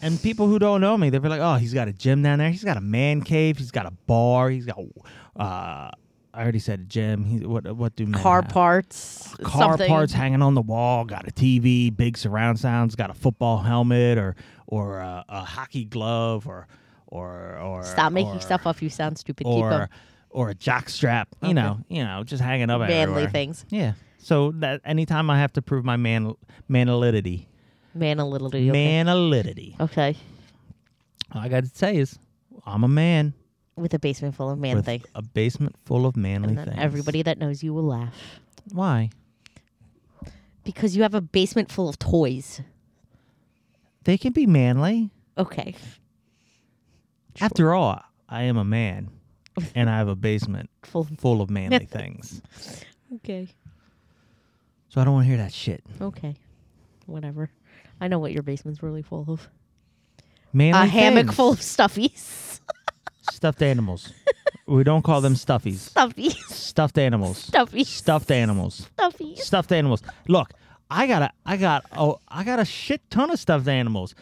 S3: And people who don't know me, they'll be like, "Oh, he's got a gym down there. He's got a man cave. He's got a bar. He's got." Uh, I already said gym. He, what what do men
S1: Car
S3: have?
S1: parts.
S3: Car
S1: something.
S3: parts hanging on the wall. Got a TV, big surround sounds. Got a football helmet or or a, a hockey glove or or or
S1: Stop making
S3: or-
S1: stuff up. You sound stupid. Keep 'em.
S3: or or a jock strap. You know, you know, just hanging up
S1: Manly
S3: everywhere.
S1: things.
S3: Yeah. So that anytime I have to prove my man manality,
S1: Man, a little bit. Okay.
S3: manality.
S1: okay.
S3: All I got to say is, I'm a man
S1: With a basement full of man
S3: with
S1: things.
S3: a basement full of manly
S1: And then
S3: things.
S1: everybody that knows you will laugh.
S3: why?
S1: Because you have a basement full of toys.
S3: They can be manly.
S1: Okay.
S3: After all, I am a man, and I have a basement
S1: Full.
S3: full of manly things.
S1: Okay.
S3: So I don't want to hear that shit.
S1: Okay. Whatever. I know what your basement's really full of.
S3: Manly
S1: a hammock
S3: things.
S1: full of stuffies.
S3: stuffed animals. we don't call them stuffies.
S1: stuffies.
S3: Stuffed animals.
S1: Stuffies.
S3: Stuffed animals.
S1: Stuffies.
S3: Stuffed animals. Look, I got a, I got, oh, I got a shit ton of stuffed animals.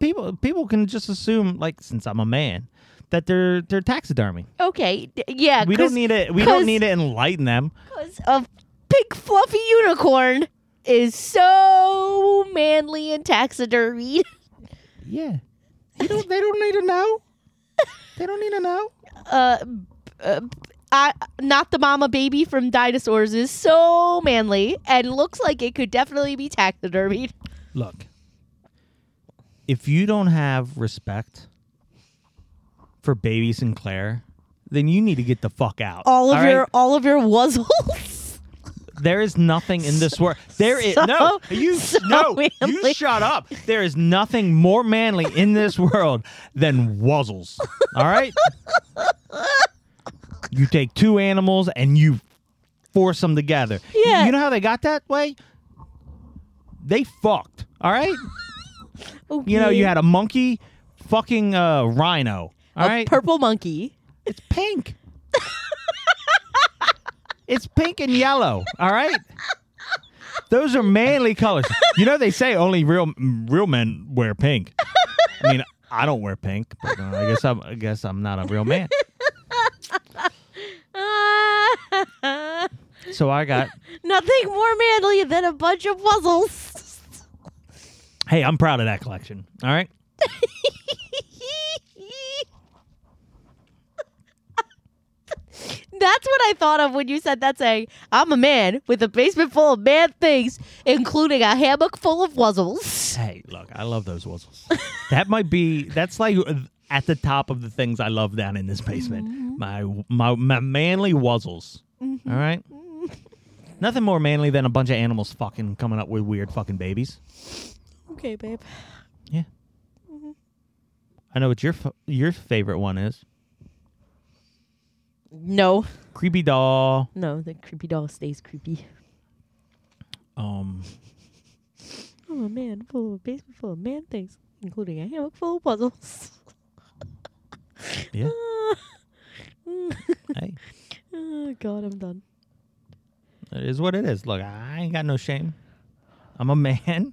S3: People, people can just assume, like, since I'm a man, that they're they're taxidermy.
S1: Okay. d- Yeah.
S3: We
S1: Uh, 'cause-
S3: don't need it. We don't
S1: 'cause-
S3: need to enlighten them.
S1: Because a big fluffy unicorn is so manly and taxidermied.
S3: Yeah, you don't, they don't need to know. They don't need to know.
S1: Uh, uh, I, not the mama baby from dinosaurs is so manly and looks like it could definitely be taxidermied.
S3: Look, if you don't have respect for baby Sinclair, then you need to get the fuck out.
S1: All of
S3: all
S1: your
S3: right?
S1: all of your wuzzles.
S3: There is nothing in this world. There is
S1: So-
S3: no you
S1: so
S3: no
S1: manly.
S3: you shut up. There is nothing more manly in this world than wuzzles. All right. you take two animals and you force them together.
S1: Yeah.
S3: You know how they got that way? They fucked. All right. You know you had a monkey fucking a rhino. All
S1: a
S3: right.
S1: purple monkey.
S3: It's pink. it's pink and yellow. All right. Those are manly colors. You know they say only real real men wear pink. I mean, I don't wear pink, but uh, I guess I'm I guess I'm not a real man. So I got
S1: Nothing more manly than a bunch of wuzzles.
S3: Hey, I'm proud of that collection. All right?
S1: That's what I thought of when you said that saying, I'm a man with a basement full of man things, including a hammock full of wuzzles.
S3: Hey, look, I love those wuzzles. That might be that's like at the top of the things I love down in this basement. My my my manly wuzzles. All right. Nothing more manly than a bunch of animals fucking coming up with weird fucking babies.
S1: Okay, babe.
S3: Yeah. I know what your f- your favorite one is.
S1: No,
S3: Creepy doll.
S1: no, the creepy doll stays creepy.
S3: Um.
S1: I'm a man full of basement full of man things, including a hammock full of puzzles.
S3: Yeah. hey,
S1: oh, God, I'm done.
S3: it is what it is. Look, I ain't got no shame. I'm a man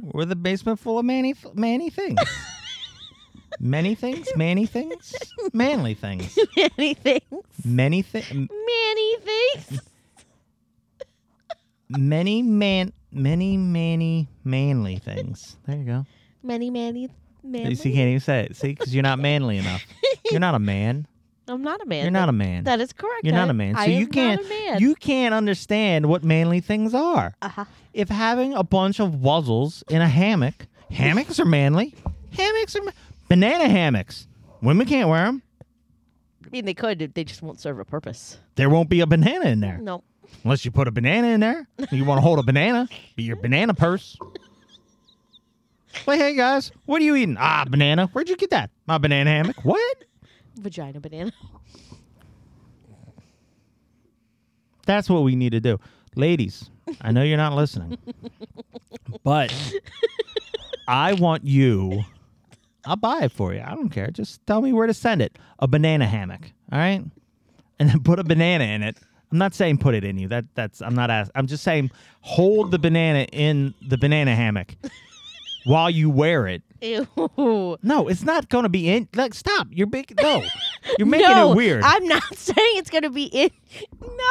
S3: with a basement full of manny manny things. Many things, manny things, manly things,
S1: Many things. Many
S3: many thi-
S1: things.
S3: many man, many manny manly things. There you go.
S1: Many, many, many.
S3: You see, you can't even say it. See, because you're not manly enough. You're not a man.
S1: I'm not a man.
S3: You're not a man.
S1: That is correct.
S3: You're
S1: I-
S3: not a man, so
S1: I
S3: you
S1: am
S3: can't
S1: Not a man.
S3: you can't understand what manly things are.
S1: Uh-huh.
S3: If having a bunch of wuzzles in a hammock, hammocks are manly. Hammocks are ma- banana hammocks. Women can't wear them.
S1: I mean, they could. They just won't serve a purpose.
S3: There won't be a banana in there
S1: No.
S3: unless you put a banana in there. You want to hold a banana? Be your banana purse. Like, hey guys, what are you eating? Ah, banana. Where'd you get that? My banana hammock. What?
S1: Vagina banana.
S3: That's what we need to do. Ladies, I know you're not listening, but I want you. I'll buy it for you. I don't care. Just tell me where to send it. A banana hammock. All right? And then put a banana in it. I'm not saying put it in you. That that's I'm not asking. I'm just saying hold the banana in the banana hammock while you wear it.
S1: Ew.
S3: No, it's not going to be in. Like, stop. You're big. No, you're making
S1: no,
S3: it weird.
S1: I'm not saying it's gonna be in. No.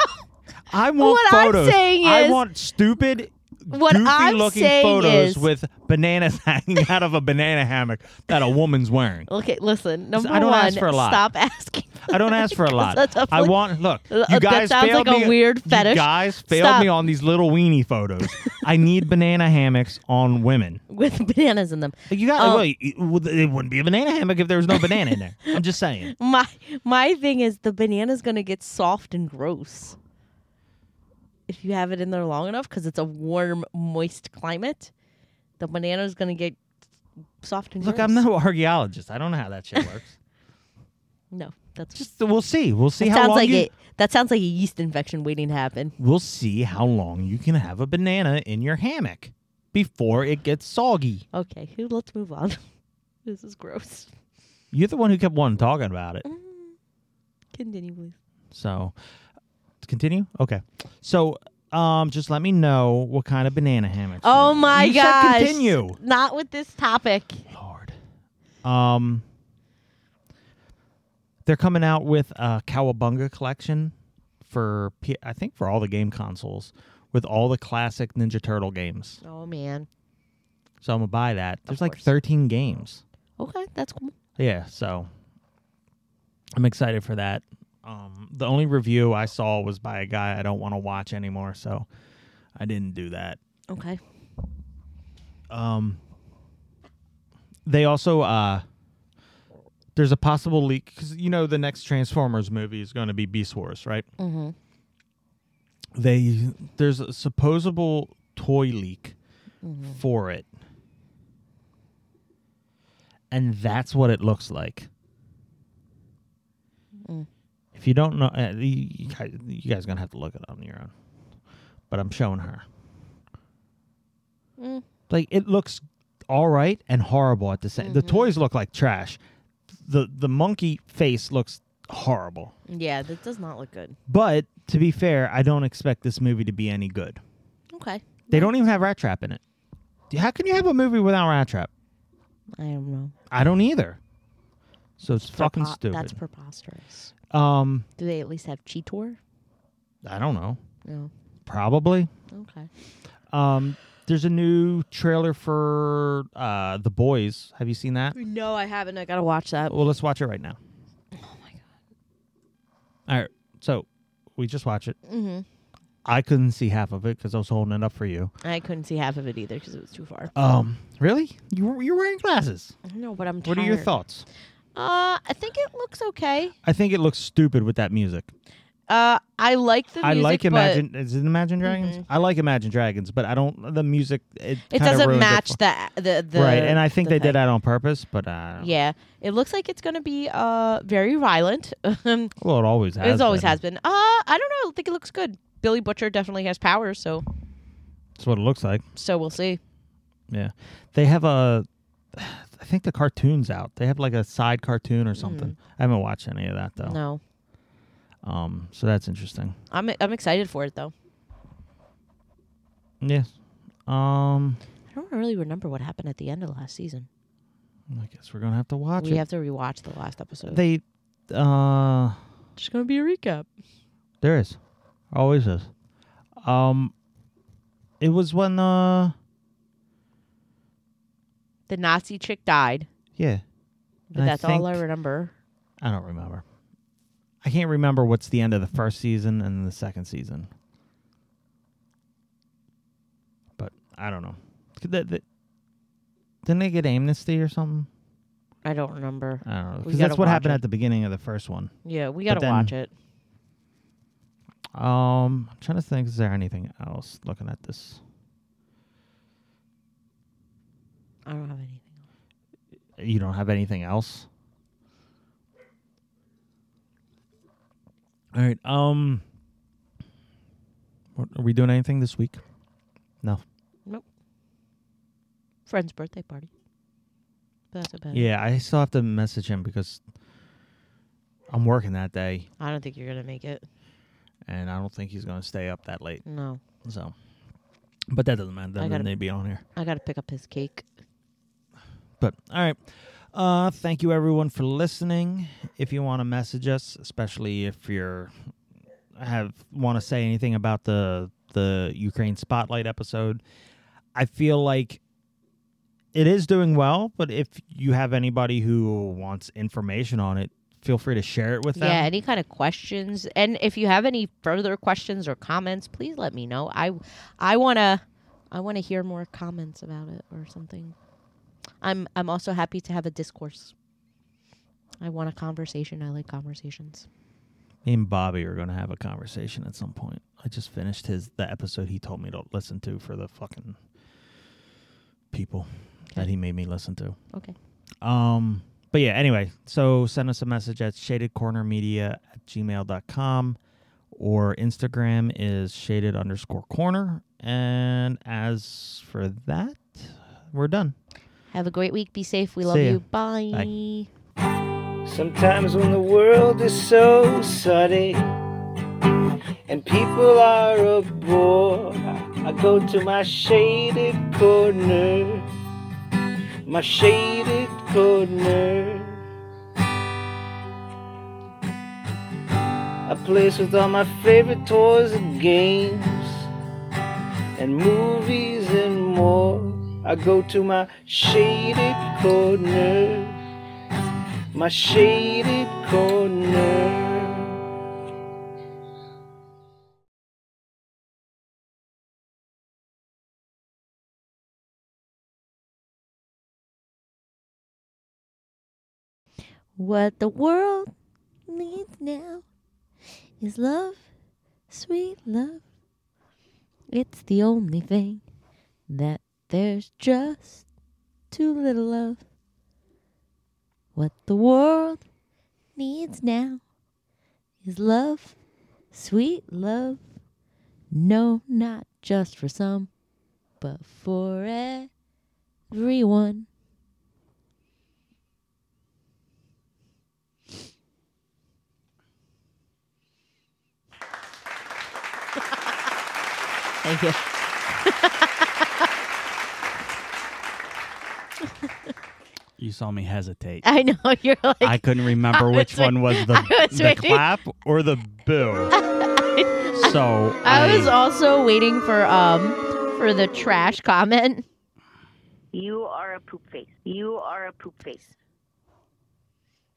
S3: I want
S1: What I'm
S3: photos.
S1: saying
S3: I
S1: is-
S3: want stupid,
S1: What
S3: goofy
S1: I'm
S3: looking
S1: saying
S3: photos
S1: is-
S3: with bananas hanging out of a banana hammock that a woman's wearing.
S1: Okay, listen. Number
S3: I don't
S1: one,
S3: ask for a lot.
S1: stop asking.
S3: I don't ask for a lot.
S1: That's a
S3: I
S1: fl-
S3: want look.
S1: Uh,
S3: You
S1: that
S3: guys
S1: sounds
S3: failed
S1: like a
S3: me-
S1: weird fetish.
S3: You guys failed
S1: Stop.
S3: me on these little weenie photos. I need banana hammocks on women.
S1: with bananas in them.
S3: You got
S1: Um,
S3: wait, it would- it wouldn't be a banana hammock if there was no banana in there. I'm just saying.
S1: My my thing is the banana's gonna get soft and gross if you have it in there long enough because it's a warm, moist climate. The banana's gonna get soft and
S3: Look,
S1: gross.
S3: I'm no archaeologist. I don't know how that shit works.
S1: No, that's just.
S3: Just we'll see. We'll see
S1: That
S3: how
S1: sounds
S3: long
S1: like
S3: you,
S1: it. That sounds like a yeast infection waiting to happen.
S3: we'll see how long you can have a banana in your hammock before it gets soggy.
S1: Okay, who- let's move on. this is gross. Mm.
S3: You're the one who kept wanting talking about it.
S1: Continue, please.
S3: So, to continue? Okay. So, um, just let me know what kind of banana hammocks. you
S1: Oh
S3: want.
S1: my
S3: you
S1: gosh!
S3: Said continue.
S1: Not with this topic.
S3: Lord. Um, they're coming out with a Cowabunga collection for, P- I think, for all the game consoles with all the classic Ninja Turtle games.
S1: Oh man.
S3: So I'm gonna buy that. There's like
S1: course.
S3: 13 games.
S1: Okay, that's cool.
S3: Yeah, so I'm excited for that. Um, the only review I saw was by a guy I don't want to watch anymore, so I didn't do that.
S1: Okay.
S3: Um, they also uh, there's a possible leak because you know the next Transformers movie is going to be Beast Wars, right?
S1: Mm-hmm.
S3: They there's a supposable toy leak for it, and that's what it looks like. If you don't know, uh, you, you guys, you guys gonna have to look it up on your own. But I'm showing her.
S1: Mm.
S3: Like it looks all right and horrible at the same.
S1: Mm-hmm.
S3: The toys look like trash. The the monkey face looks horrible.
S1: Yeah, that does not look good.
S3: But to be fair, I don't expect this movie to be any good.
S1: Okay.
S3: They don't even have Rat Trap in it. How can you have a movie without Rat Trap?
S1: I don't know.
S3: I don't either. So it's fucking
S1: Prepo-
S3: stupid.
S1: That's preposterous.
S3: um,
S1: Do they at least have Cheetor?
S3: I don't know.
S1: No.
S3: Probably.
S1: Okay.
S3: Um, there's a new trailer for uh, The Boys. Have you seen that?
S1: No, I haven't. I gotta watch that.
S3: Well, let's watch it right now.
S1: Oh my god.
S3: All right. So we just watch it.
S1: Mhm.
S3: I couldn't see half of it because I was holding it up for you.
S1: I couldn't see half of it either because it was too far.
S3: Um, really? You were, you're wearing glasses.
S1: No, but I'm. Tired.
S3: What are your thoughts?
S1: Uh, I think it looks okay.
S3: I think it looks stupid with that music.
S1: Uh, I like the.
S3: I
S1: music,
S3: like
S1: but
S3: Imagine. Is it Imagine Dragons? I like Imagine Dragons, but I don't. The music it,
S1: It
S3: kinda
S1: doesn't
S3: ruins
S1: match
S3: it
S1: the the
S3: for-
S1: the.
S3: right, and I think
S1: the
S3: they
S1: thing.
S3: did that on purpose. But uh, yeah,
S1: Yeah, it looks like it's gonna be uh very violent. Um,
S3: well, it always has.
S1: it always
S3: been.
S1: has been. Uh, I don't know. I think it looks good. Billy Butcher definitely has powers, so
S3: That's what it looks like.
S1: so we'll see.
S3: Yeah, they have a. I think the cartoon's out. They have like a side cartoon or something. I haven't watched any of that though.
S1: Mm. No,
S3: Um, so that's interesting.
S1: I'm I'm excited for it though.
S3: Yes. Um,
S1: I don't really remember what happened at the end of the last season.
S3: I guess we're gonna have to watch
S1: we
S3: it.
S1: have to rewatch the last episode.
S3: they, uh,
S1: It's gonna be a recap.
S3: there is, always is. Um, it was when uh,
S1: The Nazi chick died,
S3: yeah,
S1: but
S3: And I
S1: that's all I
S3: think-
S1: remember.
S3: I don't remember. I can't remember what's the end of the first season and the second season. But I don't know. Could that- that- didn't they get amnesty or something?
S1: I don't remember.
S3: I don't know.
S1: We
S3: Because
S1: gotta
S3: that's what
S1: watch
S3: happened
S1: it.
S3: at the beginning of the first one.
S1: Yeah, we gotta
S3: then-
S1: watch it.
S3: Um, I'm trying to think. Is there anything else looking at this?
S1: I don't have anything.
S3: You don't have anything else? All right. Um, what, are we doing anything this week? No.
S1: Friend's birthday party. But That's about it.
S3: Yeah, I still have to message him because I'm working that day,
S1: I don't think you're gonna make it.
S3: and I don't think he's going to stay up that late.
S1: No,
S3: So, but that doesn't matter.
S1: I
S3: Then
S1: gotta-
S3: they'd be on here.
S1: I gotta pick up his cake.
S3: But all right. Uh, thank you everyone for listening. If you want to message us, especially if you're have want to say anything about the the Ukraine spotlight episode, I feel like it is doing well. But if you have anybody who wants information on it, feel free to share it with them.
S1: Yeah, any kind of questions, and if you have any further questions or comments, please let me know. I, I wanna, I wanna hear more comments about it or something. I'm I'm also happy to have a discourse. I want a conversation. I like conversations.
S3: Me and Bobby are gonna have a conversation at some point. I just finished his the episode he told me to listen to for the fucking people that he made me listen to.
S1: Okay.
S3: Um but yeah, anyway, so send us a message at shadedcornermedia at gmail.com or Instagram is shaded underscore corner. And as for that, we're done.
S1: Have a great week. Be safe. We
S3: See
S1: love
S3: ya.
S1: you. Bye.
S3: Bye.
S2: Sometimes when the world is so sudden and people are a bore, I go to my shaded corner, my shaded corner. A place with all my favorite toys and games and movies and more. I go to my shaded corner my shaded corner.
S1: What the world needs now is love, sweet love. It's the only thing that there's just too little of. What the world needs now is love, sweet love. No, not just for some, but for everyone. Thank you.
S3: You saw me hesitate.
S1: I know you're like
S3: I couldn't remember
S1: I
S3: which
S1: was wait-
S3: one was the,
S1: I was
S3: the
S1: waiting-
S3: clap or the boo. so
S1: I was also waiting for um for the trash comment.
S4: You are a poop face. You are a poop face.